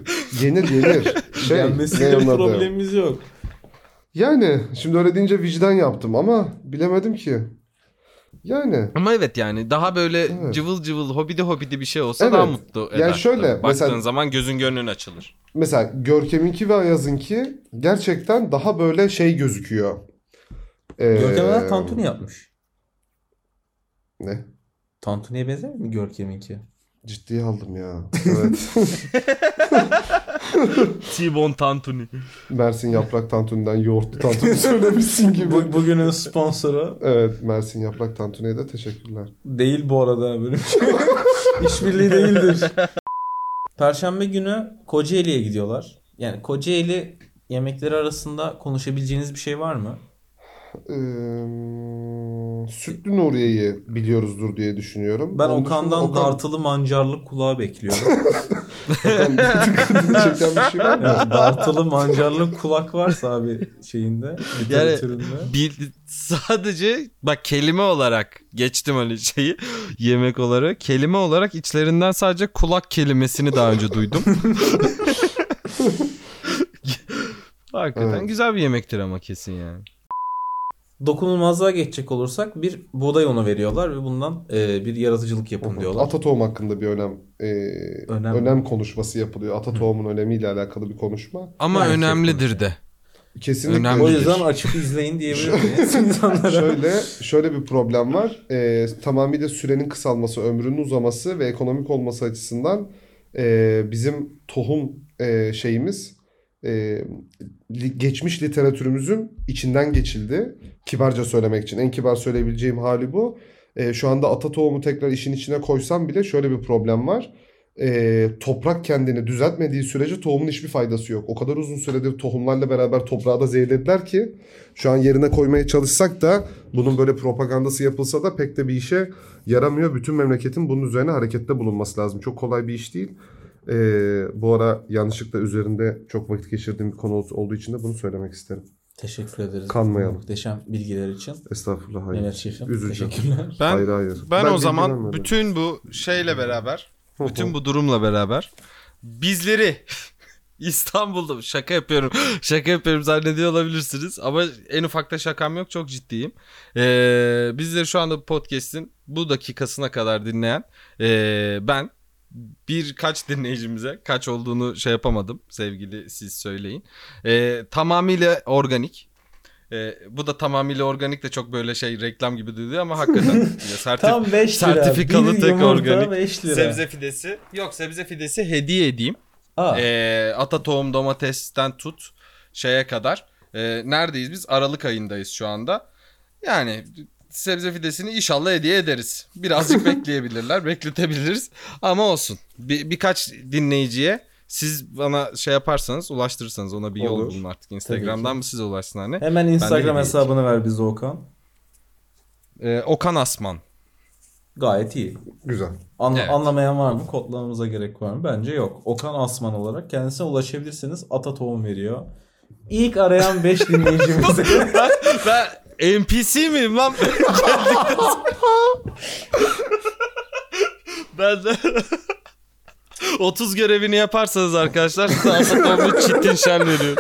[SPEAKER 3] Yenir yenir. Şey, ne
[SPEAKER 2] Yenmesiyle bir
[SPEAKER 3] onun adı?
[SPEAKER 2] problemimiz yok.
[SPEAKER 3] Yani şimdi öyle deyince vicdan yaptım ama bilemedim ki. Yani
[SPEAKER 4] Ama evet yani daha böyle
[SPEAKER 3] Evet.
[SPEAKER 4] cıvıl cıvıl hobidi hobidi bir şey olsa
[SPEAKER 3] Evet.
[SPEAKER 4] daha mutlu eder.
[SPEAKER 3] Yani şöyle,
[SPEAKER 4] Tabii. Baktığın
[SPEAKER 3] mesela-
[SPEAKER 4] zaman gözün gönlün açılır.
[SPEAKER 3] mesela Görkem'inki ve Ayaz'ınki gerçekten daha böyle şey gözüküyor. Ee,
[SPEAKER 2] Görkem Öner tantuni yapmış.
[SPEAKER 3] Ne?
[SPEAKER 2] Tantuni'ye benzer mi Görkem'inki?
[SPEAKER 3] Ciddiye aldım ya. Evet.
[SPEAKER 4] T-bone tantuni.
[SPEAKER 3] Mersin yaprak tantuninden yoğurtlu tantuni söylemişsin gibi.
[SPEAKER 2] Bu, bugünün sponsoru
[SPEAKER 3] Evet Mersin yaprak tantuniye de teşekkürler.
[SPEAKER 2] değil bu arada bölüm. İşbirliği değildir. Perşembe günü Kocaeli'ye gidiyorlar. Yani Kocaeli yemekleri arasında konuşabileceğiniz bir şey var mı?
[SPEAKER 3] Ee, sütlü Nuriye'yi biliyoruzdur diye düşünüyorum.
[SPEAKER 2] Ben
[SPEAKER 3] Onun
[SPEAKER 2] Okan'dan
[SPEAKER 3] dışında Okan-
[SPEAKER 2] dartılı mancarlı kulağı bekliyorum.
[SPEAKER 3] Okan dikkatini çeken bir şey var mı?
[SPEAKER 2] Yani dartılı mancarlı kulak varsa abi şeyinde,
[SPEAKER 4] Yani-
[SPEAKER 2] literatüründe.
[SPEAKER 4] Bil- sadece bak kelime olarak geçtim hani şeyi yemek olarak kelime olarak içlerinden sadece kulak kelimesini daha önce duydum. Hakikaten
[SPEAKER 3] Evet.
[SPEAKER 4] güzel bir yemektir ama kesin yani.
[SPEAKER 2] Dokunulmazlığa geçecek olursak bir buğday unu veriyorlar ve bundan e, bir yaratıcılık yapın diyorlar.
[SPEAKER 3] Ata tohum hakkında bir önem, e,
[SPEAKER 2] Önem.
[SPEAKER 3] önem. konuşması yapılıyor. Ata tohumun önemiyle alakalı bir konuşma.
[SPEAKER 4] Ama
[SPEAKER 2] Yani
[SPEAKER 4] önemlidir de.
[SPEAKER 3] Kesinlikle.
[SPEAKER 4] Önemli.
[SPEAKER 2] O yüzden açıp izleyin diyebilir miyiz insanlara?
[SPEAKER 3] şöyle şöyle bir problem var. E, tamamıyla sürenin kısalması, ömrünün uzaması ve ekonomik olması açısından e, bizim tohum e, şeyimiz e, li- geçmiş literatürümüzün içinden geçildi. Kibarca söylemek için. En kibar söyleyebileceğim hali bu. E, şu anda ata tohumu tekrar işin içine koysam bile şöyle bir problem var. E, toprak kendini düzeltmediği sürece tohumun hiçbir faydası yok. O kadar uzun süredir tohumlarla beraber toprağı da zehirlediler ki şu an yerine koymaya çalışsak da bunun böyle propagandası yapılsa da pek de bir işe yaramıyor. Bütün memleketin bunun üzerine harekette bulunması lazım. Çok kolay bir iş değil. E, bu ara yanlışlıkla üzerinde çok vakit geçirdiğim bir konu olduğu için de bunu söylemek isterim.
[SPEAKER 2] Teşekkür ederiz.
[SPEAKER 3] Kanmayalım.
[SPEAKER 2] Muhteşem bilgiler için.
[SPEAKER 3] Estağfurullah hayır.
[SPEAKER 2] Mehmet Şef'im.
[SPEAKER 3] Üzücü.
[SPEAKER 2] Teşekkürler.
[SPEAKER 4] Ben
[SPEAKER 3] hayır hayır.
[SPEAKER 4] ben, o
[SPEAKER 3] bilgilenmedim.
[SPEAKER 4] zaman bütün bu şeyle beraber, bütün bu durumla beraber bizleri İstanbul'da şaka yapıyorum. şaka yapıyorum zannediyor olabilirsiniz ama en ufakta şakam yok çok ciddiyim. Ee, bizleri şu anda bu podcast'in bu dakikasına kadar dinleyen ee, ben birkaç dinleyicimize kaç olduğunu şey yapamadım sevgili siz söyleyin. Ee, tamamıyla organik. Ee, bu da tamamıyla organik de çok böyle şey reklam gibi duyuluyor ama hakikaten ya sertif-
[SPEAKER 2] Tam 5 lira.
[SPEAKER 4] sertifikalı
[SPEAKER 2] Bir
[SPEAKER 4] tek
[SPEAKER 2] yumurta
[SPEAKER 4] organik.
[SPEAKER 2] 5 lira.
[SPEAKER 4] Sebze fidesi. Yok sebze fidesi hediye edeyim.
[SPEAKER 2] Aa,
[SPEAKER 4] Ee, ata tohum domatesten tut şeye kadar. Ee, neredeyiz biz? Aralık ayındayız şu anda. Yani sebze fidesini inşallah hediye ederiz. Birazcık bekleyebilirler, bekletebiliriz. Ama olsun. Bir, birkaç dinleyiciye siz bana şey yaparsanız, ulaştırırsanız ona bir yol
[SPEAKER 3] Olur.
[SPEAKER 4] bulun artık. Instagram'dan mı size ulaşsın hani?
[SPEAKER 2] Hemen Instagram
[SPEAKER 4] hediye
[SPEAKER 2] hesabını ver bize Okan.
[SPEAKER 4] Ee, Okan Asman.
[SPEAKER 2] Gayet iyi.
[SPEAKER 3] Güzel.
[SPEAKER 2] Anla-
[SPEAKER 4] Evet.
[SPEAKER 2] Anlamayan var mı? Kodlamamıza gerek var mı? Bence yok. Okan Asman olarak kendisine ulaşabilirsiniz. Ata tohum veriyor. İlk arayan 5 dinleyicimize.
[SPEAKER 4] ben, ben NPC miyim lan? Ben geldikten sonra- ben de... 30 görevini yaparsanız arkadaşlar size Asatoğlu çitin şen veriyor.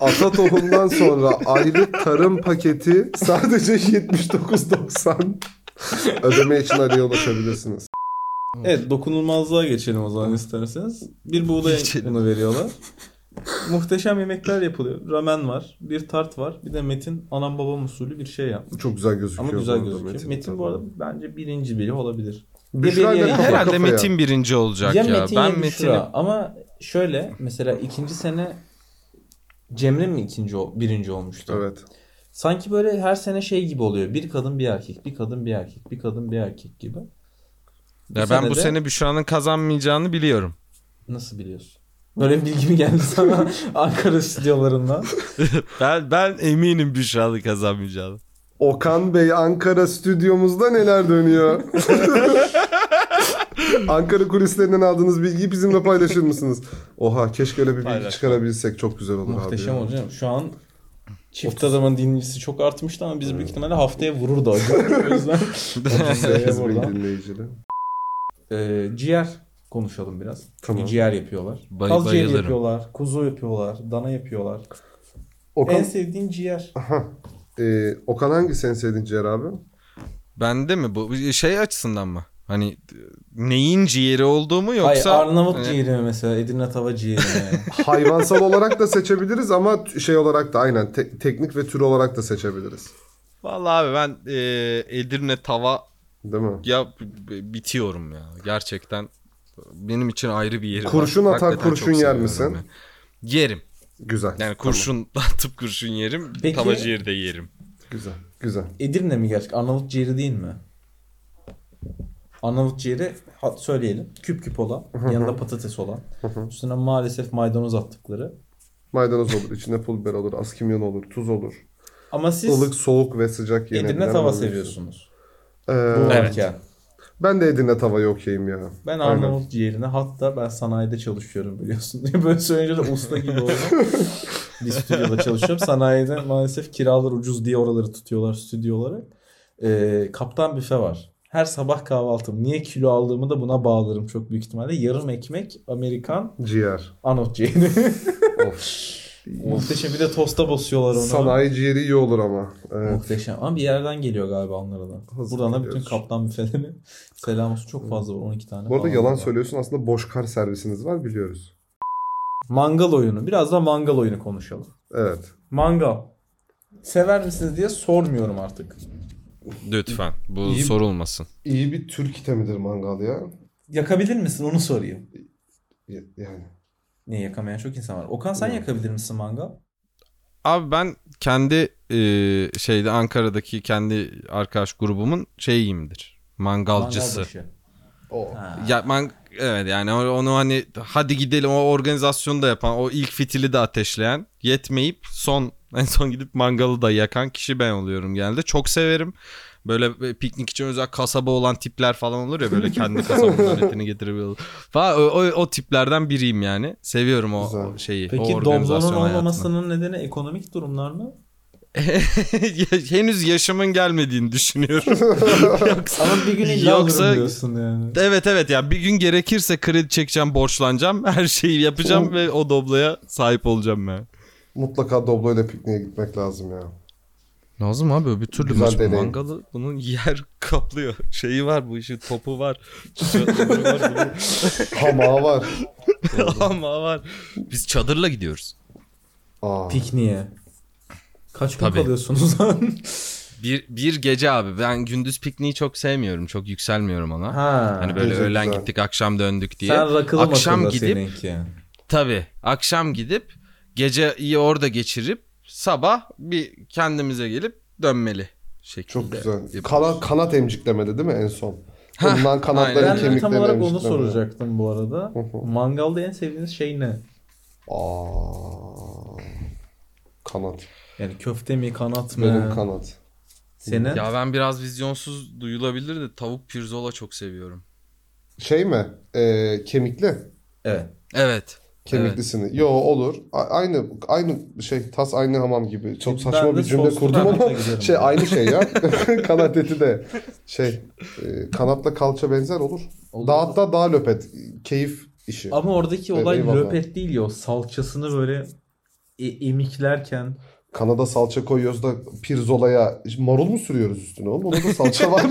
[SPEAKER 3] Ata tohumdan sonra aylık tarım paketi sadece 79.90 ödeme için araya ulaşabilirsiniz.
[SPEAKER 2] evet dokunulmazlığa geçelim o zaman isterseniz. Bir buğday
[SPEAKER 4] Geçelim.
[SPEAKER 2] unu veriyorlar. muhteşem yemekler yapılıyor. Ramen var, bir tart var, bir de Metin anam babam usulü bir şey yapmış.
[SPEAKER 3] Çok güzel gözüküyor.
[SPEAKER 2] Ama
[SPEAKER 3] bu
[SPEAKER 2] güzel
[SPEAKER 3] arada
[SPEAKER 2] gözüküyor. Metin,
[SPEAKER 3] tabii.
[SPEAKER 2] bu arada bence birinci biri olabilir.
[SPEAKER 3] Büşra ile
[SPEAKER 2] Yemeği-
[SPEAKER 3] kafa
[SPEAKER 4] Herhalde
[SPEAKER 3] kafaya.
[SPEAKER 4] Metin birinci olacak ya.
[SPEAKER 2] ya Metin
[SPEAKER 4] ben
[SPEAKER 2] ya Büşra.
[SPEAKER 4] Metin'i
[SPEAKER 2] Ama şöyle mesela ikinci sene Cemre mi ikinci ol- birinci olmuştu?
[SPEAKER 3] Evet.
[SPEAKER 2] Sanki böyle her sene şey gibi oluyor. Bir kadın bir erkek, bir kadın bir erkek, bir kadın bir erkek gibi.
[SPEAKER 4] ya ben bu sene Büşra'nın kazanmayacağını biliyorum.
[SPEAKER 2] Nasıl biliyorsun? Böyle bir bilgi mi geldi sana Ankara stüdyolarından?
[SPEAKER 4] Ben ben eminim Büşra'nın kazanmayacağını.
[SPEAKER 3] Okan Bey Ankara stüdyomuzda neler dönüyor? Ankara kulislerinden aldığınız bilgiyi bizimle paylaşır mısınız? Oha keşke öyle bir bilgi
[SPEAKER 4] Paylaş.
[SPEAKER 3] çıkarabilsek çok güzel olur
[SPEAKER 2] Muhteşem
[SPEAKER 3] abi.
[SPEAKER 2] hocam. Şu an çift adamın dinleyicisi çok artmıştı ama biz büyük ihtimalle haftaya vururdu hocam. O yüzden haftaya
[SPEAKER 3] 8 bin
[SPEAKER 2] buradan.
[SPEAKER 3] dinleyicili.
[SPEAKER 2] Ee, ciğer konuşalım biraz.
[SPEAKER 3] Tamam.
[SPEAKER 2] Ciğer yapıyorlar.
[SPEAKER 4] Bay-
[SPEAKER 2] Kaz ciğeri
[SPEAKER 4] bayılırım.
[SPEAKER 2] yapıyorlar. Kuzu yapıyorlar. Dana yapıyorlar. En
[SPEAKER 3] Okan,
[SPEAKER 2] sevdiğin ciğer.
[SPEAKER 3] e, Okan hangisi en sevdiğin ciğer abi?
[SPEAKER 4] Bende mi bu şey açısından mı? Hani neyin ciğeri olduğu mu yoksa
[SPEAKER 2] Hayır Arnavut
[SPEAKER 4] Hani-
[SPEAKER 2] ciğeri mi mesela? Edirne tava ciğeri mi?
[SPEAKER 3] Hayvansal olarak da seçebiliriz ama t- şey olarak da aynen te- teknik ve tür olarak da seçebiliriz.
[SPEAKER 4] Vallahi abi ben e, Edirne tava
[SPEAKER 3] Değil mi?
[SPEAKER 4] ya b- b- bitiyorum ya. Gerçekten benim için ayrı bir yeri var.
[SPEAKER 3] Kurşun atar,
[SPEAKER 4] Hakikaten çok
[SPEAKER 3] kurşun yer
[SPEAKER 4] seviyorum
[SPEAKER 3] misin?
[SPEAKER 4] ya. Yerim.
[SPEAKER 3] Güzel.
[SPEAKER 4] Yani kurşun atıp kurşun yerim.
[SPEAKER 2] Peki-
[SPEAKER 4] Tava ciğeri de yerim.
[SPEAKER 3] Güzel. Güzel.
[SPEAKER 2] Edirne mi gerçek? Arnavut ciğeri değil mi? Arnavut ciğeri ha- söyleyelim. Küp küp olan. yanında patates olan. Üstüne maalesef maydanoz attıkları.
[SPEAKER 3] Maydanoz olur, içinde pul biber olur, az kimyon olur, tuz olur.
[SPEAKER 2] Ama siz
[SPEAKER 3] Ilık, soğuk ve sıcak yenebilen
[SPEAKER 2] Edirne tava
[SPEAKER 3] olur.
[SPEAKER 2] seviyorsunuz.
[SPEAKER 3] Ee,
[SPEAKER 2] Bu
[SPEAKER 4] Evet.
[SPEAKER 2] varken.
[SPEAKER 3] Ben de Edirne tavayı okeyim ya.
[SPEAKER 2] Ben
[SPEAKER 3] Aynen.
[SPEAKER 2] Arnavut ciğerine hatta ben sanayide çalışıyorum biliyorsun. Böyle söyleyince de usta gibi oldum. bir stüdyoda çalışıyorum. Sanayide maalesef kiralar ucuz diye oraları tutuyorlar stüdyoları. Ee, kaptan büfe var. Her sabah kahvaltım. Niye kilo aldığımı da buna bağlarım çok büyük ihtimalle. Yarım ekmek Amerikan
[SPEAKER 3] Ciğer.
[SPEAKER 2] Arnavut ciğeri.
[SPEAKER 3] Of.
[SPEAKER 2] Muhteşem bir de tosta basıyorlar onu.
[SPEAKER 3] Sanayi ciğeri iyi olur ama. Ee, Evet.
[SPEAKER 2] Muhteşem. Ama bir yerden geliyor galiba onlara da.
[SPEAKER 3] Hazır
[SPEAKER 2] Buradan da bütün
[SPEAKER 3] geliyoruz.
[SPEAKER 2] kaptan büfeleri selam olsun çok fazla var 12 tane.
[SPEAKER 3] Bu arada
[SPEAKER 2] falan
[SPEAKER 3] yalan
[SPEAKER 2] var.
[SPEAKER 3] söylüyorsun aslında boş kar servisiniz var biliyoruz.
[SPEAKER 2] Mangal oyunu. Biraz da mangal oyunu konuşalım.
[SPEAKER 3] Evet.
[SPEAKER 2] Mangal. Sever misiniz diye sormuyorum artık.
[SPEAKER 4] Lütfen. Bu
[SPEAKER 3] İyi-
[SPEAKER 4] sorulmasın.
[SPEAKER 3] İyi bir Türk itemidir mangal ya.
[SPEAKER 2] Yakabilir misin onu sorayım.
[SPEAKER 3] Y- Yani.
[SPEAKER 2] Niye yakamayan çok insan var. Okan sen yakabilir misin mangal?
[SPEAKER 4] Abi ben kendi e, şeyde Ankara'daki kendi arkadaş grubumun şeyiyimdir. Mangalcısı.
[SPEAKER 2] Mangal başı.
[SPEAKER 3] O.
[SPEAKER 4] Ya ben evet yani o- onu hani hadi gidelim o organizasyonu da yapan o ilk fitili de ateşleyen yetmeyip son en son gidip mangalı da yakan kişi ben oluyorum genelde. Çok severim. Böyle e, piknik için özel kasaba olan tipler falan olur ya böyle kendi kasabamın etini getirebiliyor. Falan, o, o, o tiplerden biriyim yani. Seviyorum o
[SPEAKER 3] Güzel.
[SPEAKER 4] şeyi.
[SPEAKER 2] Peki
[SPEAKER 4] o
[SPEAKER 2] domzonun
[SPEAKER 4] organizasyon hayatını.
[SPEAKER 2] olmamasının nedeni ekonomik durumlar mı?
[SPEAKER 4] Henüz yaşımın gelmediğini düşünüyorum. Yoksa-
[SPEAKER 2] Ama bir gün illa
[SPEAKER 4] Yoksa-
[SPEAKER 2] olurum diyorsun yani.
[SPEAKER 4] Evet evet ya bir gün gerekirse kredi çekeceğim, borçlanacağım, her şeyi yapacağım ve o doblaya sahip olacağım ben.
[SPEAKER 3] Mutlaka Doblo'yla pikniğe gitmek lazım ya.
[SPEAKER 4] Lazım abi öbür türlü
[SPEAKER 3] Güzel
[SPEAKER 4] mas-
[SPEAKER 3] deneyim.
[SPEAKER 4] mangalı bunun yer kaplıyor. Şeyi var bu işin topu var. çadırı var,
[SPEAKER 3] Hamağı var.
[SPEAKER 4] bunun Ama var. Biz çadırla gidiyoruz.
[SPEAKER 3] Aa.
[SPEAKER 2] Pikniğe. Kaç gün
[SPEAKER 4] Tabii.
[SPEAKER 2] kalıyorsunuz lan?
[SPEAKER 4] Bir, bir gece abi ben gündüz pikniği çok sevmiyorum. Çok yükselmiyorum ona.
[SPEAKER 2] ha.
[SPEAKER 4] Hani böyle
[SPEAKER 3] Gece
[SPEAKER 4] öğlen
[SPEAKER 3] güzel.
[SPEAKER 4] gittik akşam döndük diye.
[SPEAKER 2] sen rakılı
[SPEAKER 4] akşam
[SPEAKER 2] makılda
[SPEAKER 4] gidip
[SPEAKER 2] seninki.
[SPEAKER 4] Tabii. Akşam gidip gece iyi orada geçirip sabah bir kendimize gelip dönmeli şeklinde.
[SPEAKER 3] Çok güzel.
[SPEAKER 4] yapıyoruz.
[SPEAKER 3] Kanat, kanat emciklemedi değil mi en son?
[SPEAKER 4] Hah,
[SPEAKER 3] Bundan kanatların
[SPEAKER 4] aynen.
[SPEAKER 2] Ben de
[SPEAKER 3] kemiklerini
[SPEAKER 2] tam olarak onu
[SPEAKER 3] emciklemedi.
[SPEAKER 2] soracaktım bu arada. Mangalda en sevdiğiniz şey ne?
[SPEAKER 3] Aa. Kanat.
[SPEAKER 2] Yani köfte mi kanat mı?
[SPEAKER 3] Benim kanat.
[SPEAKER 2] Senin?
[SPEAKER 4] Ya ben biraz vizyonsuz duyulabilir de tavuk pirzola çok seviyorum.
[SPEAKER 3] Şey mi? Ee, kemikli.
[SPEAKER 2] Evet.
[SPEAKER 4] Evet.
[SPEAKER 3] Kemiklisini. Yo olur. A- aynı aynı şey tas aynı hamam gibi. Çok
[SPEAKER 2] Ben
[SPEAKER 3] saçma
[SPEAKER 2] de
[SPEAKER 3] bir cümle
[SPEAKER 2] soslu
[SPEAKER 3] kurdum
[SPEAKER 2] kanatla
[SPEAKER 3] ama
[SPEAKER 2] giderim.
[SPEAKER 3] şey aynı şey ya. kanat eti de şey e, kanatla kalça benzer olur.
[SPEAKER 2] Olur.
[SPEAKER 3] Daha hatta daha löpet. Keyif işi.
[SPEAKER 2] Ama oradaki
[SPEAKER 3] Evet,
[SPEAKER 2] olay
[SPEAKER 3] eyvallah.
[SPEAKER 2] löpet değil ya. o Salçasını böyle e- emiklerken.
[SPEAKER 3] Kanada salça koyuyoruz da pirzolaya marul mu sürüyoruz üstüne oğlum? Ona da salça var.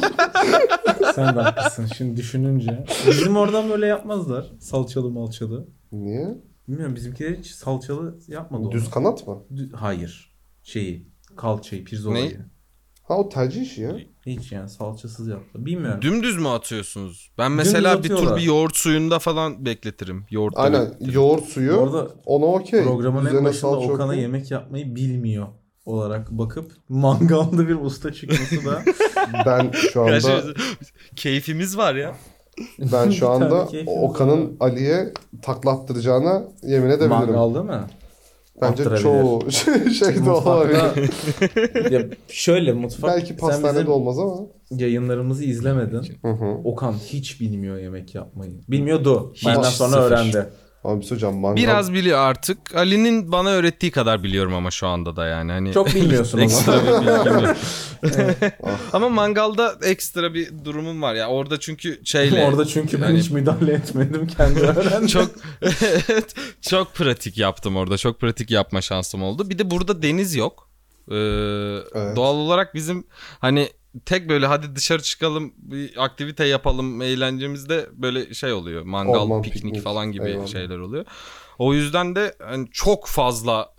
[SPEAKER 2] Sen de haklısın şimdi düşününce. Bizim oradan böyle yapmazlar. Salçalı malçalı.
[SPEAKER 3] Niye?
[SPEAKER 2] Bilmiyorum bizimkiler hiç salçalı yapmadı onu.
[SPEAKER 3] Düz kanat mı?
[SPEAKER 2] Dü- Hayır. Şeyi. Kalçayı, pirzolayı.
[SPEAKER 3] Ha o tercih işi ya.
[SPEAKER 2] Hiç yani salçasız yaptı. Bilmiyorum.
[SPEAKER 4] Dümdüz mü atıyorsunuz? Ben
[SPEAKER 2] Dümdüz
[SPEAKER 4] mesela bir tur
[SPEAKER 2] atıyorlar.
[SPEAKER 4] bir yoğurt suyunda falan bekletirim. Yoğurt
[SPEAKER 3] Aynen yoğurt
[SPEAKER 2] Bu
[SPEAKER 3] suyu
[SPEAKER 2] arada
[SPEAKER 3] ona okey.
[SPEAKER 2] programın en
[SPEAKER 3] Üzerine
[SPEAKER 2] başında
[SPEAKER 3] salça
[SPEAKER 2] Okan'a
[SPEAKER 3] okey.
[SPEAKER 2] yemek yapmayı bilmiyor olarak bakıp mangalda bir usta çıkması da
[SPEAKER 3] Ben şu anda
[SPEAKER 4] keyfimiz var ya.
[SPEAKER 3] ben şu
[SPEAKER 2] Bir tane
[SPEAKER 3] anda
[SPEAKER 2] keyfimiz
[SPEAKER 3] Okan'ın Ali'ye taklattıracağına yemin edebilirim.
[SPEAKER 2] mangalda mı?
[SPEAKER 3] Bence
[SPEAKER 2] attırabilir.
[SPEAKER 3] çoğu şey de
[SPEAKER 2] Mutfakta-
[SPEAKER 3] olabilir.
[SPEAKER 2] ya şöyle mutfak
[SPEAKER 3] Belki
[SPEAKER 2] sen
[SPEAKER 3] pastanede
[SPEAKER 2] bizim
[SPEAKER 3] olmaz ama.
[SPEAKER 2] yayınlarımızı izlemedin.
[SPEAKER 3] Hı hı.
[SPEAKER 2] Okan hiç bilmiyor yemek yapmayı. Bilmiyordu. Benden sonra
[SPEAKER 4] sıfır.
[SPEAKER 2] öğrendi.
[SPEAKER 3] Abi bir şey hocam mangal.
[SPEAKER 4] Biraz biliyor artık. Ali'nin bana öğrettiği kadar biliyorum ama şu anda da yani. Hani
[SPEAKER 2] Çok bilmiyorsun ama.
[SPEAKER 4] ekstra bir bilgim yok. ama mangalda ekstra bir durumum var ya. Orada çünkü şeyle
[SPEAKER 2] Orada çünkü ben
[SPEAKER 4] Yani-
[SPEAKER 2] hiç müdahale etmedim kendi öğrendim.
[SPEAKER 4] çok Evet, çok pratik yaptım orada. Çok pratik yapma şansım oldu. Bir de burada deniz yok. Ee, Doğal olarak bizim hani tek böyle hadi dışarı çıkalım bir aktivite yapalım eğlencemizde böyle şey oluyor. Mangal,
[SPEAKER 3] Orman,
[SPEAKER 4] piknik,
[SPEAKER 3] piknik.
[SPEAKER 4] falan gibi
[SPEAKER 3] Eyvallah.
[SPEAKER 4] şeyler oluyor. O yüzden de hani çok fazla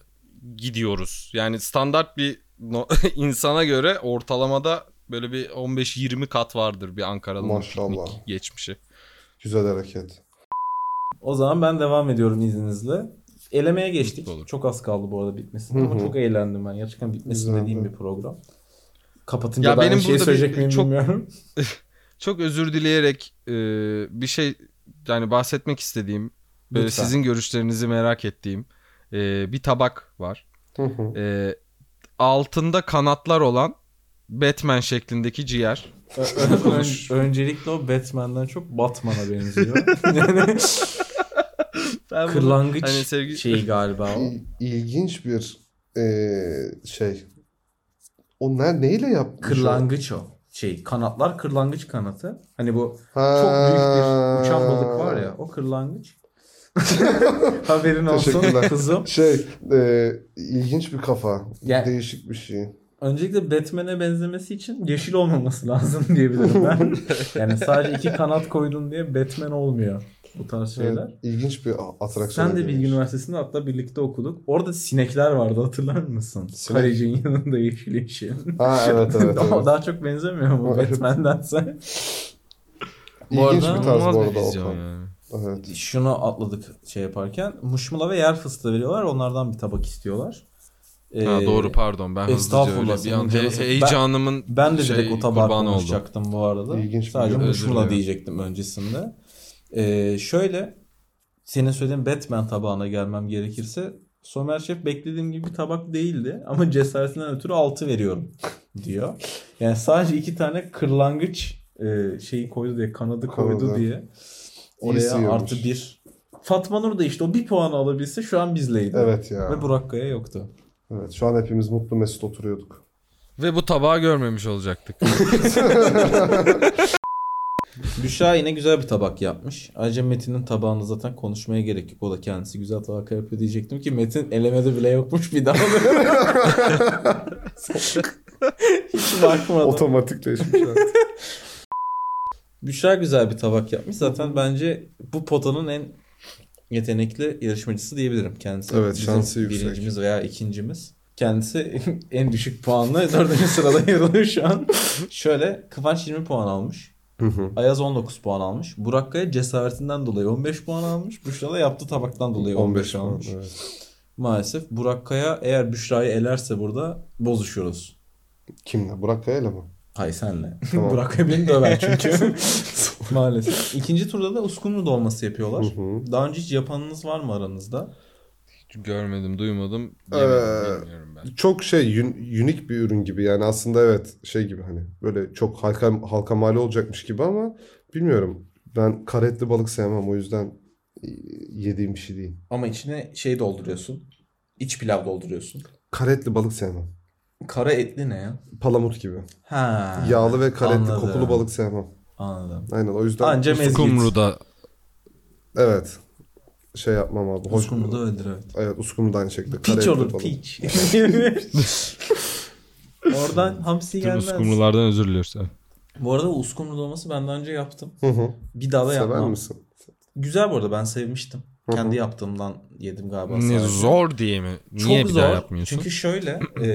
[SPEAKER 4] gidiyoruz. Yani standart bir no- insana göre ortalamada böyle bir 15-20 kat vardır bir Ankaralı'nın
[SPEAKER 3] Maşallah.
[SPEAKER 4] piknik geçmişi.
[SPEAKER 3] Güzel hareket.
[SPEAKER 2] O zaman ben devam ediyorum izninizle. Elemeye geçtik.
[SPEAKER 4] Mutlu olur.
[SPEAKER 2] Çok az kaldı bu arada bitmesine
[SPEAKER 3] Hı
[SPEAKER 2] ama
[SPEAKER 3] hı.
[SPEAKER 2] çok eğlendim ben. Gerçekten bitmesin
[SPEAKER 3] Güzeldi.
[SPEAKER 2] dediğim bir program. Kapatınca
[SPEAKER 4] Ya
[SPEAKER 2] da
[SPEAKER 4] benim
[SPEAKER 2] aynı şeyi
[SPEAKER 4] burada bir-
[SPEAKER 2] söyleyecek miyim
[SPEAKER 4] çok-
[SPEAKER 2] bilmiyorum.
[SPEAKER 4] çok özür dileyerek e, bir şey yani bahsetmek istediğim böyle
[SPEAKER 2] Lütfen.
[SPEAKER 4] e, sizin görüşlerinizi merak ettiğim e, bir tabak var.
[SPEAKER 3] Hı hı.
[SPEAKER 4] E, altında kanatlar olan Batman şeklindeki ciğer.
[SPEAKER 2] Ö- ö- ön- öncelikle o Batman'den çok Batman'a benziyor. yani
[SPEAKER 4] Ben bunu-
[SPEAKER 2] kırlangıç
[SPEAKER 4] hani sevgi-
[SPEAKER 2] şeyi galiba o.
[SPEAKER 3] İl- İlginç bir eee, şey. Onlar neyle yapmış? o?
[SPEAKER 2] Kırlangıç o. Şey kanatlar kırlangıç kanatı. Hani bu
[SPEAKER 3] Ha.
[SPEAKER 2] çok büyük bir uçan balık var ya o kırlangıç. Haberin olsun
[SPEAKER 3] Teşekkürler.
[SPEAKER 2] kızım.
[SPEAKER 3] Şey, eee, ilginç bir kafa.
[SPEAKER 2] Ya-
[SPEAKER 3] Değişik bir şey.
[SPEAKER 2] Öncelikle Batman'e benzemesi için yeşil olmaması lazım diyebilirim ben. yani sadece iki kanat koydun diye Batman olmuyor bu tarz şeyler.
[SPEAKER 3] Evet, ilginç bir şey. a- atraksiyon.
[SPEAKER 2] Sen de
[SPEAKER 3] edilmiş.
[SPEAKER 2] Bilgi Üniversitesi'nde hatta birlikte okuduk. Orada sinekler vardı hatırlar mısın?
[SPEAKER 3] Sinek.
[SPEAKER 2] Kalecinin yanında yeşil yeşil.
[SPEAKER 3] Ha evet evet.
[SPEAKER 2] Ama
[SPEAKER 3] evet.
[SPEAKER 2] daha çok benzemiyor mu
[SPEAKER 3] Evet.
[SPEAKER 2] Batman'dense?
[SPEAKER 3] İlginç
[SPEAKER 4] arada
[SPEAKER 3] bir tarz
[SPEAKER 4] inanılmaz
[SPEAKER 3] bu
[SPEAKER 4] bir
[SPEAKER 3] arada
[SPEAKER 4] vizyon
[SPEAKER 3] Okan.
[SPEAKER 4] yani.
[SPEAKER 3] Evet.
[SPEAKER 2] Şunu atladık şey yaparken. Muşmula ve yer fıstığı veriyorlar. Onlardan bir tabak istiyorlar.
[SPEAKER 4] Ha,
[SPEAKER 2] Ee,
[SPEAKER 4] doğru pardon ben hızlıca
[SPEAKER 2] estağfurullah,
[SPEAKER 4] öyle bir
[SPEAKER 2] senin
[SPEAKER 4] an
[SPEAKER 2] canın
[SPEAKER 4] he-
[SPEAKER 2] sıkıldı.
[SPEAKER 4] heyecanımın
[SPEAKER 2] Ben de
[SPEAKER 4] şey,
[SPEAKER 2] direkt o tabağı
[SPEAKER 4] kurbanı oldum.
[SPEAKER 2] konuşacaktım bu arada.
[SPEAKER 3] İlginç bir
[SPEAKER 2] Sadece
[SPEAKER 3] yorum.
[SPEAKER 2] Muşmula
[SPEAKER 4] Özür
[SPEAKER 2] diyecektim öncesinde. Ee, şöyle senin söylediğin Batman tabağına gelmem gerekirse Somer Şef beklediğim gibi bir tabak değildi ama cesaretinden ötürü 6 veriyorum diyor. Yani sadece iki tane kırlangıç e, şeyi koydu diye kanadı koydu
[SPEAKER 3] Kanadı.
[SPEAKER 2] diye
[SPEAKER 3] İyi
[SPEAKER 2] oraya
[SPEAKER 3] sıyırmış.
[SPEAKER 2] artı bir. Fatma Nur da işte o bir puanı alabilse şu an bizleydi.
[SPEAKER 3] Evet ya.
[SPEAKER 2] Ve Burak Kaya yoktu.
[SPEAKER 3] Evet, şu an hepimiz mutlu mesut oturuyorduk.
[SPEAKER 4] ve bu tabağı görmemiş olacaktık.
[SPEAKER 2] Büşra yine güzel bir tabak yapmış. Ayrıca Metin'in tabağını zaten konuşmaya gerek yok. O da kendisi güzel tabak yapıyor diyecektim ki Metin elemede bile yokmuş bir daha. Hiç bakmadım.
[SPEAKER 3] Otomatikleşmiş artık.
[SPEAKER 2] Büşra güzel bir tabak yapmış. Zaten bence bu potanın en yetenekli yarışmacısı diyebilirim kendisi.
[SPEAKER 3] Evet,
[SPEAKER 2] Bizim
[SPEAKER 3] şansı yüksek.
[SPEAKER 2] Birincimiz veya ikincimiz. Kendisi en düşük puanla dördüncü sırada yer alıyor şu an. Şöyle Kıvanç 20 puan almış.
[SPEAKER 3] Hı hı.
[SPEAKER 2] Ayaz 19 puan almış. Burak Kaya cesaretinden dolayı 15 puan almış. Büşra da yaptığı tabaktan dolayı 15,
[SPEAKER 3] puan,
[SPEAKER 2] almış.
[SPEAKER 3] evet.
[SPEAKER 2] Maalesef Burak Kaya eğer Büşra'yı elerse burada bozuşuyoruz.
[SPEAKER 3] Kimle? Burak Kaya'yla mı?
[SPEAKER 2] Hay senle.
[SPEAKER 3] Tamam.
[SPEAKER 2] Burak Kaya beni döver çünkü. Maalesef. İkinci turda da uskumru dolması yapıyorlar.
[SPEAKER 3] Hı hı.
[SPEAKER 2] Daha önce hiç yapanınız var mı aranızda?
[SPEAKER 4] Görmedim, duymadım,
[SPEAKER 3] Ee,
[SPEAKER 4] yemedim, bilmiyorum ben.
[SPEAKER 3] Çok şey un- unik bir ürün gibi yani aslında evet şey gibi hani böyle çok halka halka mali olacakmış gibi ama bilmiyorum. Ben karetli balık sevmem o yüzden e, yediğim bir şey değil.
[SPEAKER 2] Ama içine şey dolduruyorsun. İç pilav dolduruyorsun.
[SPEAKER 3] Karetli balık sevmem.
[SPEAKER 2] Kara etli ne ya?
[SPEAKER 3] Palamut gibi.
[SPEAKER 2] Ha.
[SPEAKER 3] Yağlı ve karetli
[SPEAKER 2] anladım.
[SPEAKER 3] kokulu balık sevmem.
[SPEAKER 2] Anladım.
[SPEAKER 3] Aynen o yüzden
[SPEAKER 2] Anca mezgit.
[SPEAKER 4] Kumru'da
[SPEAKER 3] evet şey yapmam abi. Hoş,
[SPEAKER 2] Uskumru da öldür evet.
[SPEAKER 3] Evet uskumru da aynı şekilde.
[SPEAKER 2] Piç
[SPEAKER 3] karetli
[SPEAKER 2] olur
[SPEAKER 3] balık.
[SPEAKER 2] piç. Oradan hamsi
[SPEAKER 4] tüm
[SPEAKER 2] gelmez.
[SPEAKER 4] uskumrulardan özür diliyoruz. Evet.
[SPEAKER 2] Bu arada uskumru dolması ben daha önce yaptım.
[SPEAKER 3] Hı hı.
[SPEAKER 2] Bir daha da
[SPEAKER 3] Sever
[SPEAKER 2] yapmam.
[SPEAKER 3] misin?
[SPEAKER 2] Güzel bu arada ben sevmiştim. Kendi yaptığımdan yedim galiba.
[SPEAKER 4] Ne
[SPEAKER 2] sadece.
[SPEAKER 4] zor diye mi?
[SPEAKER 2] Çok
[SPEAKER 4] Niye bir
[SPEAKER 2] zor.
[SPEAKER 4] daha yapmıyorsun?
[SPEAKER 2] Çünkü şöyle e,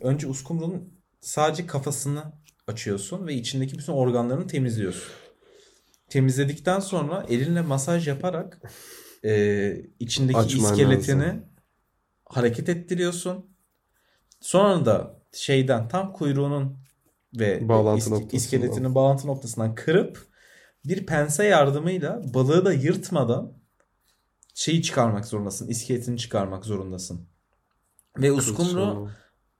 [SPEAKER 2] önce uskumrunun sadece kafasını açıyorsun ve içindeki bütün organlarını temizliyorsun. Temizledikten sonra elinle masaj yaparak e, içindeki
[SPEAKER 3] Açman
[SPEAKER 2] iskeletini
[SPEAKER 3] lazım.
[SPEAKER 2] hareket ettiriyorsun. Sonra da şeyden tam kuyruğunun ve
[SPEAKER 3] Bağlantı
[SPEAKER 2] is-
[SPEAKER 3] noktasından.
[SPEAKER 2] iskeletinin bağlantı noktasından kırıp bir pense yardımıyla balığı da yırtmadan şeyi çıkarmak zorundasın. İskeletini çıkarmak zorundasın. Ve uskumru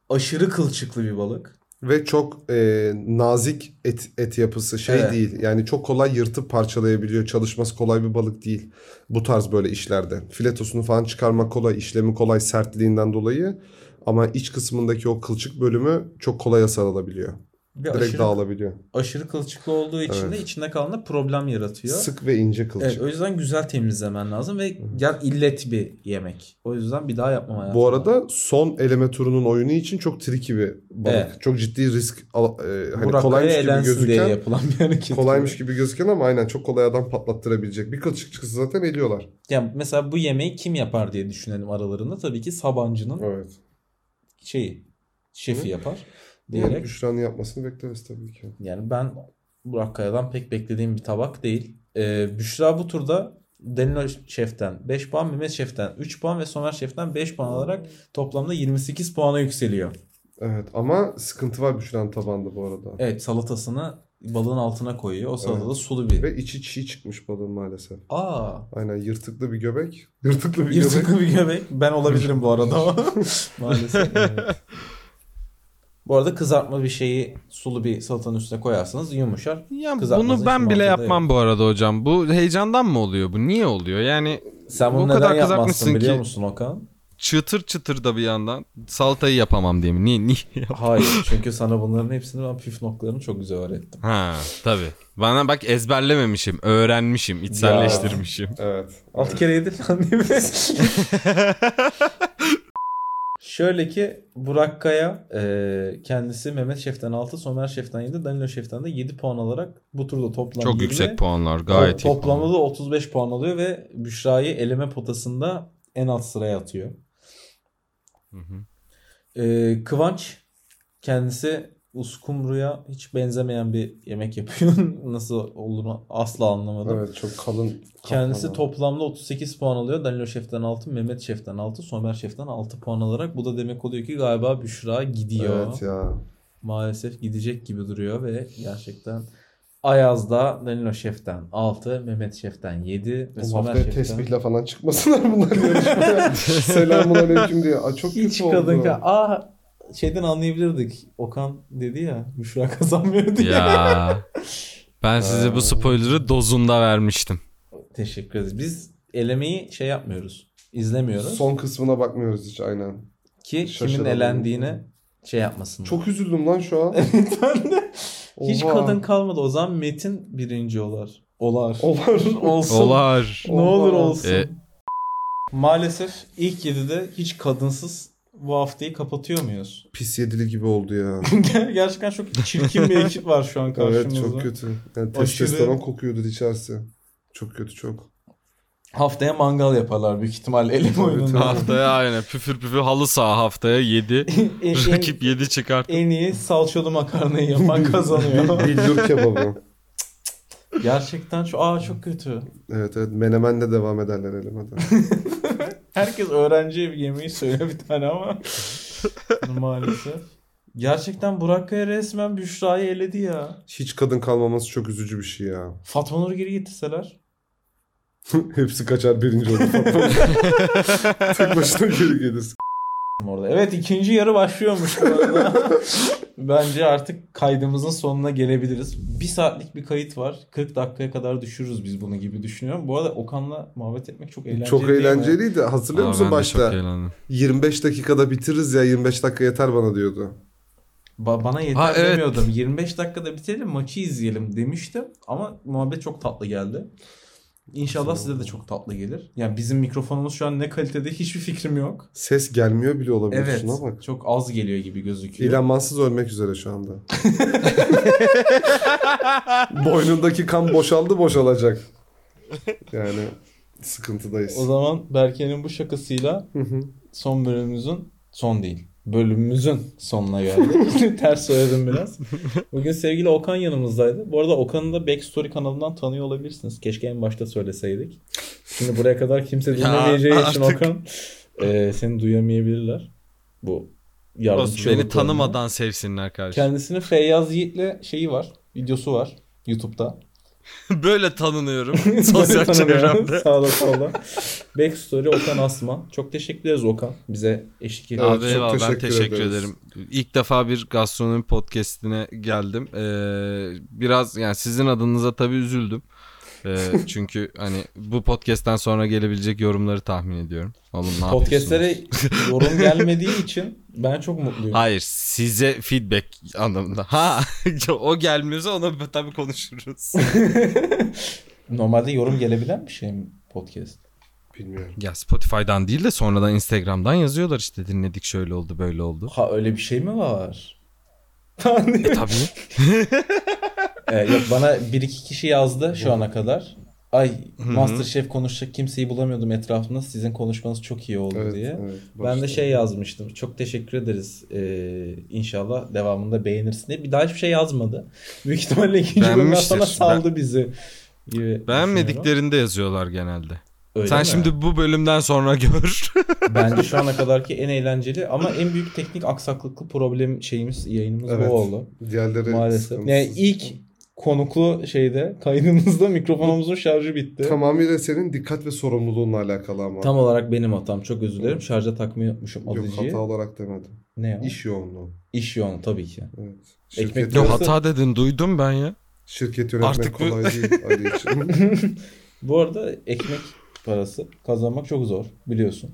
[SPEAKER 2] aşırı kılçıklı bir balık.
[SPEAKER 3] Ve çok e, nazik et, et yapısı şey
[SPEAKER 2] Evet.
[SPEAKER 3] değil. Yani çok kolay yırtıp parçalayabiliyor. Çalışması kolay bir balık değil. Bu tarz böyle işlerde. Filetosunu falan çıkarmak kolay. işlemi kolay sertliğinden dolayı. Ama iç kısmındaki o kılçık bölümü çok kolay hasar alabiliyor.
[SPEAKER 2] Ve
[SPEAKER 3] Direkt
[SPEAKER 2] aşırı,
[SPEAKER 3] dağılabiliyor.
[SPEAKER 2] aşırı kılçıklı olduğu için de içinde kalan da problem yaratıyor.
[SPEAKER 3] Sık ve ince kılçık.
[SPEAKER 2] Evet, o yüzden güzel temizlemen lazım ve gel illet bir yemek. O yüzden bir daha yapmam hayatımda.
[SPEAKER 3] Bu arada son eleme turunun oyunu için çok tricky bir balık.
[SPEAKER 2] Evet.
[SPEAKER 3] Çok ciddi risk al- e, hani
[SPEAKER 2] Burak
[SPEAKER 3] kolaymış
[SPEAKER 2] Kaya
[SPEAKER 3] gibi
[SPEAKER 2] eğlensin diye
[SPEAKER 3] gözüken şey-
[SPEAKER 2] yapılan bir hareket.
[SPEAKER 3] kolaymış gibi gözüken ama aynen çok kolay adam patlattırabilecek. Bir kılçık çıksa zaten eliyorlar.
[SPEAKER 2] Yani mesela bu yemeği kim yapar diye düşünelim aralarında. Tabii ki Sabancı'nın
[SPEAKER 3] Evet.
[SPEAKER 2] şeyi şefi yapar
[SPEAKER 3] Yani
[SPEAKER 2] diyerek.
[SPEAKER 3] Büşra'nın yapmasını bekleriz tabii ki.
[SPEAKER 2] Yani ben Burak Kaya'dan pek beklediğim bir tabak değil. Ee, Büşra bu turda Danilo Şef'ten 5 puan, Mehmet Şef'ten 3 puan ve Somer Şef'ten 5 puan alarak toplamda 28 puana yükseliyor.
[SPEAKER 3] Evet ama sıkıntı var Büşra'nın tabanda bu arada.
[SPEAKER 2] Evet salatasını balığın altına koyuyor. O salatada sulu bir.
[SPEAKER 3] Ve içi çiğ çıkmış balığın maalesef.
[SPEAKER 2] Aa.
[SPEAKER 3] Aynen yırtıklı bir göbek. Yırtıklı bir göbek.
[SPEAKER 2] Yırtıklı bir göbek. Ben olabilirim bu arada. Maalesef. Bu arada kızartma bir şeyi sulu bir salatanın üstüne koyarsanız yumuşar.
[SPEAKER 4] Ya
[SPEAKER 2] Kızartmasın
[SPEAKER 4] bunu ben
[SPEAKER 2] hiç
[SPEAKER 4] bile
[SPEAKER 2] mantığı da
[SPEAKER 4] yapmam bu arada hocam. Bu heyecandan mı oluyor bu? Niye oluyor? Yani
[SPEAKER 2] Sen
[SPEAKER 4] O
[SPEAKER 2] bunu
[SPEAKER 4] kadar
[SPEAKER 2] neden yapmazsın
[SPEAKER 4] kızartmışsın
[SPEAKER 2] biliyor
[SPEAKER 4] ki-
[SPEAKER 2] musun Okan?
[SPEAKER 4] çıtır çıtır da bir yandan salatayı yapamam diye mi? Niye? niye?
[SPEAKER 2] Hayır çünkü sana bunların hepsini ben püf noktalarını çok güzel öğrettim.
[SPEAKER 4] ha tabii. Bana bak ezberlememişim, öğrenmişim, içselleştirmişim.
[SPEAKER 3] Evet.
[SPEAKER 2] Altı kere yedin lan değil mi? Şöyle ki Burak Kaya e, kendisi Mehmet Şef'ten 6, Somer Şef'ten 7, Danilo Şef'ten de 7 puan alarak bu turda toplam
[SPEAKER 4] Çok
[SPEAKER 2] 20,
[SPEAKER 4] yüksek puanlar gayet iyi.
[SPEAKER 2] Toplamda da 35 puan alıyor ve Büşra'yı eleme potasında en alt sıraya atıyor.
[SPEAKER 4] Hı hı.
[SPEAKER 2] Ee, Kıvanç kendisi uskumruya hiç benzemeyen bir yemek yapıyor. Nasıl olduğunu asla anlamadım.
[SPEAKER 3] Evet çok kalın.
[SPEAKER 2] Kendisi
[SPEAKER 3] kafalı.
[SPEAKER 2] toplamda 38 puan alıyor. Danilo Şef'ten 6, Mehmet Şef'ten 6, Somer Şef'ten 6 puan alarak. Bu da demek oluyor ki galiba Büşra gidiyor.
[SPEAKER 3] Evet ya.
[SPEAKER 2] Maalesef gidecek gibi duruyor ve gerçekten Ayaz'da Danilo Şef'ten 6, Mehmet Şef'ten 7 ve
[SPEAKER 3] Bu
[SPEAKER 2] Somer
[SPEAKER 3] haftaya
[SPEAKER 2] Şef'ten
[SPEAKER 3] tesbihle falan çıkmasınlar bunlar yarışmaya. Selamun aleyküm diye. Aa, çok
[SPEAKER 2] Hiç
[SPEAKER 3] kötü
[SPEAKER 2] kadın
[SPEAKER 3] oldu.
[SPEAKER 2] ka- Aa şeyden anlayabilirdik. Okan dedi ya Büşra kazanmıyor diye.
[SPEAKER 4] Ya. Ben size
[SPEAKER 2] Ee.
[SPEAKER 4] bu spoiler'ı dozunda vermiştim.
[SPEAKER 2] Teşekkür ederiz. Biz elemeyi şey yapmıyoruz. izlemiyoruz.
[SPEAKER 3] Son kısmına bakmıyoruz hiç
[SPEAKER 2] Hmm.
[SPEAKER 3] aynen.
[SPEAKER 2] ki kimin
[SPEAKER 3] şaşıralım.
[SPEAKER 2] elendiğini şey yapmasın.
[SPEAKER 3] Çok üzüldüm lan şu an.
[SPEAKER 2] Hiç
[SPEAKER 3] Oha.
[SPEAKER 2] kadın kalmadı. O zaman Metin birinci olar. Olar.
[SPEAKER 3] Olar.
[SPEAKER 2] olsun.
[SPEAKER 4] Olar.
[SPEAKER 2] Ne olur olsun.
[SPEAKER 4] E-
[SPEAKER 2] Maalesef ilk 7'de hiç kadınsız bu haftayı kapatıyor muyuz?
[SPEAKER 3] Pis yedili gibi oldu ya.
[SPEAKER 2] Gerçekten çok çirkin bir ekip var şu an karşımızda.
[SPEAKER 3] evet çok kötü. Yani
[SPEAKER 2] Aşırı-
[SPEAKER 3] testosteron kokuyordur içerisi. Çok kötü çok.
[SPEAKER 2] Haftaya mangal yaparlar büyük ihtimal elim
[SPEAKER 3] Tabii,
[SPEAKER 2] oyununda.
[SPEAKER 4] Haftaya aynen püfür püfür halı saha haftaya 7.
[SPEAKER 2] En- en-
[SPEAKER 4] Rakip 7 çıkart.
[SPEAKER 2] en iyi salçalı makarnayı yapan kazanıyor.
[SPEAKER 3] Billur kebabı.
[SPEAKER 2] Gerçekten şu aa çok kötü.
[SPEAKER 3] Evet evet menemenle devam ederler elemede.
[SPEAKER 2] Herkes öğrenciye bir yemeği söyle bir tane ama maalesef. Gerçekten Burak Kaya resmen Büşra'yı eledi ya.
[SPEAKER 3] Hiç kadın kalmaması çok üzücü bir şey ya.
[SPEAKER 2] Fatma Nur geri getirseler.
[SPEAKER 3] Hepsi kaçar birinci olur. Tek başına geri gelir.
[SPEAKER 2] Orada. Evet ikinci yarı başlıyormuş bu arada. Bence artık kaydımızın sonuna gelebiliriz. Bir saatlik bir kayıt var. 40 dakikaya kadar düşürürüz biz bunu gibi düşünüyorum. Bu arada Okan'la muhabbet etmek çok eğlenceli.
[SPEAKER 3] Çok
[SPEAKER 2] değil mi?
[SPEAKER 3] eğlenceliydi. Hatırlıyor
[SPEAKER 4] Aa,
[SPEAKER 3] musun
[SPEAKER 4] ben de çok
[SPEAKER 3] başta?
[SPEAKER 4] eğlendim.
[SPEAKER 3] 25 dakikada bitiririz ya 25 dakika yeter bana diyordu.
[SPEAKER 2] Ba- bana yeter
[SPEAKER 4] Ha, evet.
[SPEAKER 2] demiyordum. 25 dakikada bitirelim maçı izleyelim demiştim. Ama muhabbet çok tatlı geldi. İnşallah size de çok tatlı gelir. Yani bizim mikrofonumuz şu an ne kalitede hiçbir fikrim yok.
[SPEAKER 3] Ses gelmiyor bile olabilir.
[SPEAKER 2] Evet.
[SPEAKER 3] Şuna bak.
[SPEAKER 2] Çok az geliyor gibi gözüküyor.
[SPEAKER 3] İlanmansız ölmek üzere şu anda. Boynundaki kan boşaldı boşalacak. Yani
[SPEAKER 5] Sıkıntıdayız.
[SPEAKER 2] O zaman Berke'nin bu şakasıyla
[SPEAKER 5] Hı hı.
[SPEAKER 2] son bölümümüzün son değil. Bölümümüzün sonuna geldik. Ters söyledim biraz. Bugün sevgili Okan yanımızdaydı. Bu arada Okan'ı da Backstory kanalından tanıyor olabilirsiniz. Keşke en başta söyleseydik. Şimdi buraya kadar kimse dinlemeyeceği
[SPEAKER 4] Ya,
[SPEAKER 2] için
[SPEAKER 4] artık.
[SPEAKER 2] Okan e, seni duyamayabilirler. Bu
[SPEAKER 4] Olsun,
[SPEAKER 2] yardımcı
[SPEAKER 4] beni
[SPEAKER 2] olduklarında.
[SPEAKER 4] tanımadan sevsinler kardeşim.
[SPEAKER 2] Kendisinin Feyyaz Yiğit'le şeyi var. Videosu var. YouTube'da.
[SPEAKER 4] Böyle tanınıyorum sosyal
[SPEAKER 2] Böyle tanımıyorum.
[SPEAKER 4] çevremde.
[SPEAKER 2] Sağda solda. Backstory Okan Asman. Çok teşekkür ederiz Okan. Bize eşlik ediyor.
[SPEAKER 4] Abi
[SPEAKER 5] çok
[SPEAKER 4] eyvallah, ben
[SPEAKER 5] teşekkür
[SPEAKER 4] teşekkür
[SPEAKER 5] ederiz.
[SPEAKER 4] ederim. İlk defa bir gastronomi podcastine geldim. Ee, biraz yani sizin adınıza tabii üzüldüm. Ee, çünkü hani bu podcast'ten sonra gelebilecek yorumları tahmin ediyorum. Oğlum ne
[SPEAKER 2] Podcast'lere
[SPEAKER 4] yapıyorsunuz?
[SPEAKER 2] yorum gelmediği için ben çok mutluyum.
[SPEAKER 4] Hayır size feedback anlamında. Ha o gelmiyorsa ona tabii konuşuruz.
[SPEAKER 2] Normalde yorum gelebilen bir şey mi podcast?
[SPEAKER 5] Bilmiyorum.
[SPEAKER 4] ya Spotify'dan değil de sonradan Instagram'dan yazıyorlar işte dinledik şöyle oldu böyle oldu.
[SPEAKER 2] Ha öyle bir şey mi var?
[SPEAKER 4] E tabii.
[SPEAKER 2] Ee, yok bana bir iki kişi yazdı şu ana kadar. Ay Masterchef konuşacak kimseyi bulamıyordum etrafında. Sizin konuşmanız çok iyi oldu
[SPEAKER 5] Evet,
[SPEAKER 2] diye.
[SPEAKER 5] evet,
[SPEAKER 2] Ben de
[SPEAKER 5] başta.
[SPEAKER 2] şey yazmıştım. Çok teşekkür ederiz. Ee, inşallah devamında beğenirsin diye. Bir daha hiçbir şey yazmadı. Büyük ihtimalle ikinci bölümden
[SPEAKER 4] Beğenmiştir.
[SPEAKER 2] sonra saldı bizi. Gibi düşünüyorum.
[SPEAKER 4] Beğenmediklerinde yazıyorlar genelde.
[SPEAKER 2] Öyle
[SPEAKER 4] Sen
[SPEAKER 2] mi?
[SPEAKER 4] şimdi bu bölümden sonra gör.
[SPEAKER 2] Bence şu ana kadarki en eğlenceli ama en büyük teknik aksaklıklı problem şeyimiz yayınımız
[SPEAKER 5] Evet.
[SPEAKER 2] bu oldu.
[SPEAKER 5] Diğerleri
[SPEAKER 2] Maalesef.
[SPEAKER 5] sıkıntısız.
[SPEAKER 2] Yani ilk konuklu şeyde kaydımızda mikrofonumuzun şarjı bitti.
[SPEAKER 5] Tamamıyla senin dikkat ve sorumluluğunla alakalı ama.
[SPEAKER 2] Tam olarak benim hatam. Çok özür dilerim. Şarja takmayı unutmuşum
[SPEAKER 5] Yok
[SPEAKER 2] alıcıyı.
[SPEAKER 5] hata olarak demedim.
[SPEAKER 2] Ne ya? İş,
[SPEAKER 5] İş yoğunluğu.
[SPEAKER 2] yoğunu tabii ki.
[SPEAKER 5] Evet.
[SPEAKER 2] Ekmek
[SPEAKER 5] Şirket,
[SPEAKER 2] yok.
[SPEAKER 4] Yo
[SPEAKER 2] Yoksa-
[SPEAKER 4] hata dedin duydum ben ya.
[SPEAKER 5] şirket yönetmek
[SPEAKER 4] Artık bu-
[SPEAKER 5] kolay değil Ali için.
[SPEAKER 2] Bu arada ekmek parası kazanmak çok zor biliyorsun.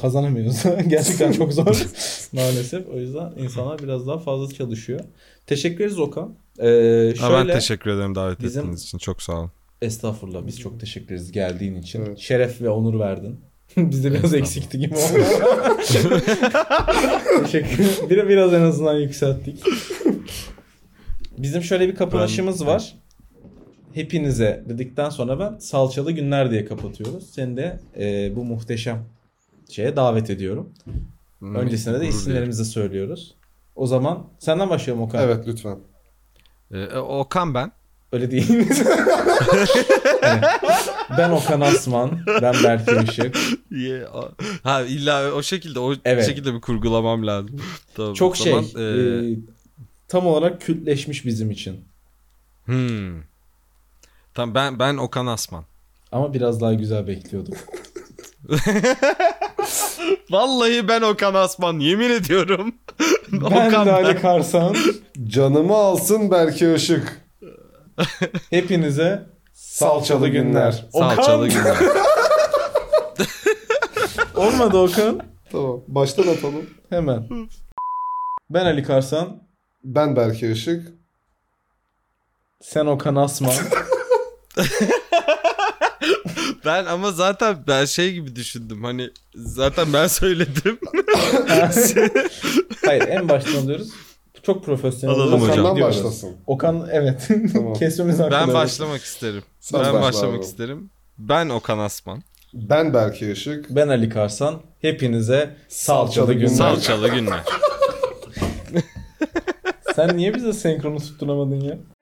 [SPEAKER 2] Kazanamıyoruz. Gerçekten çok zor maalesef. O yüzden insanlar biraz daha fazla çalışıyor. Teşekkür ederiz Okan. Ee, şöyle...
[SPEAKER 4] Ha, ben teşekkür ederim davet
[SPEAKER 2] Bizim-
[SPEAKER 4] ettiğiniz için çok sağ olun.
[SPEAKER 2] Estağfurullah biz çok teşekkür ederiz geldiğin için.
[SPEAKER 5] Evet.
[SPEAKER 2] Şeref ve onur verdin. Bizde biraz
[SPEAKER 4] Estağfurullah.
[SPEAKER 2] eksikti gibi oldu. teşekkür Bir, biraz en azından yükselttik. Bizim şöyle bir kapanışımız
[SPEAKER 4] Ben-
[SPEAKER 2] var. Hepinize dedikten sonra ben salçalı günler diye kapatıyoruz. Seni de e, bu muhteşem şeye davet ediyorum. Öncesinde de
[SPEAKER 4] Hmm, Gurur duyarım.
[SPEAKER 2] isimlerimizi söylüyoruz. O zaman senden başlayalım Okan.
[SPEAKER 5] evet lütfen.
[SPEAKER 4] Ee, Okan ben.
[SPEAKER 2] Öyle değil. Evet. ben Okan Asman, ben Berke Işık.
[SPEAKER 4] Ye- a- ha illa o şekilde o
[SPEAKER 2] Evet.
[SPEAKER 4] şekilde bir kurgulamam lazım. Tamam, o
[SPEAKER 2] Çok şey,
[SPEAKER 4] zaman, e,
[SPEAKER 2] e, tam olarak kültleşmiş bizim için.
[SPEAKER 4] hmm. Tamam ben ben Okan Asman.
[SPEAKER 2] Ama biraz daha güzel bekliyorduk.
[SPEAKER 4] Vallahi ben Okan Asman yemin ediyorum.
[SPEAKER 2] ben
[SPEAKER 4] Okan
[SPEAKER 2] de Ali
[SPEAKER 4] ben.
[SPEAKER 2] Karsan.
[SPEAKER 5] Canımı alsın Berke Işık.
[SPEAKER 2] Hepinize salçalı günler.
[SPEAKER 4] Salçalı
[SPEAKER 2] Okan!
[SPEAKER 4] Güler.
[SPEAKER 2] Olmadı Okan.
[SPEAKER 5] Tamam. Baştan atalım.
[SPEAKER 2] Hemen. Ben Ali Karsan,
[SPEAKER 5] Ben Berke Işık.
[SPEAKER 2] sen Okan Asman.
[SPEAKER 4] Ben ama zaten ben şey gibi düşündüm hani zaten ben söyledim.
[SPEAKER 2] Hayır en baştan alıyoruz. Çok profesyonel.
[SPEAKER 4] Alalım
[SPEAKER 2] olarak
[SPEAKER 4] hocam.
[SPEAKER 5] Okan'dan
[SPEAKER 2] gidiyoruz.
[SPEAKER 5] başlasın.
[SPEAKER 2] Okan evet.
[SPEAKER 5] Tamam.
[SPEAKER 2] Kesmemiz hakkında.
[SPEAKER 4] ben başlamak isterim.
[SPEAKER 5] Sen
[SPEAKER 4] ben
[SPEAKER 5] başla
[SPEAKER 4] başlamak
[SPEAKER 5] abi.
[SPEAKER 4] isterim. Ben Okan Asman.
[SPEAKER 5] Ben Berke Işık.
[SPEAKER 2] Ben Ali Karsan. Hepinize salçalı
[SPEAKER 5] Salçalı
[SPEAKER 2] günler.
[SPEAKER 5] günler.
[SPEAKER 4] Salçalı günler.
[SPEAKER 2] Sen niye bize senkronu tutturamadın ya?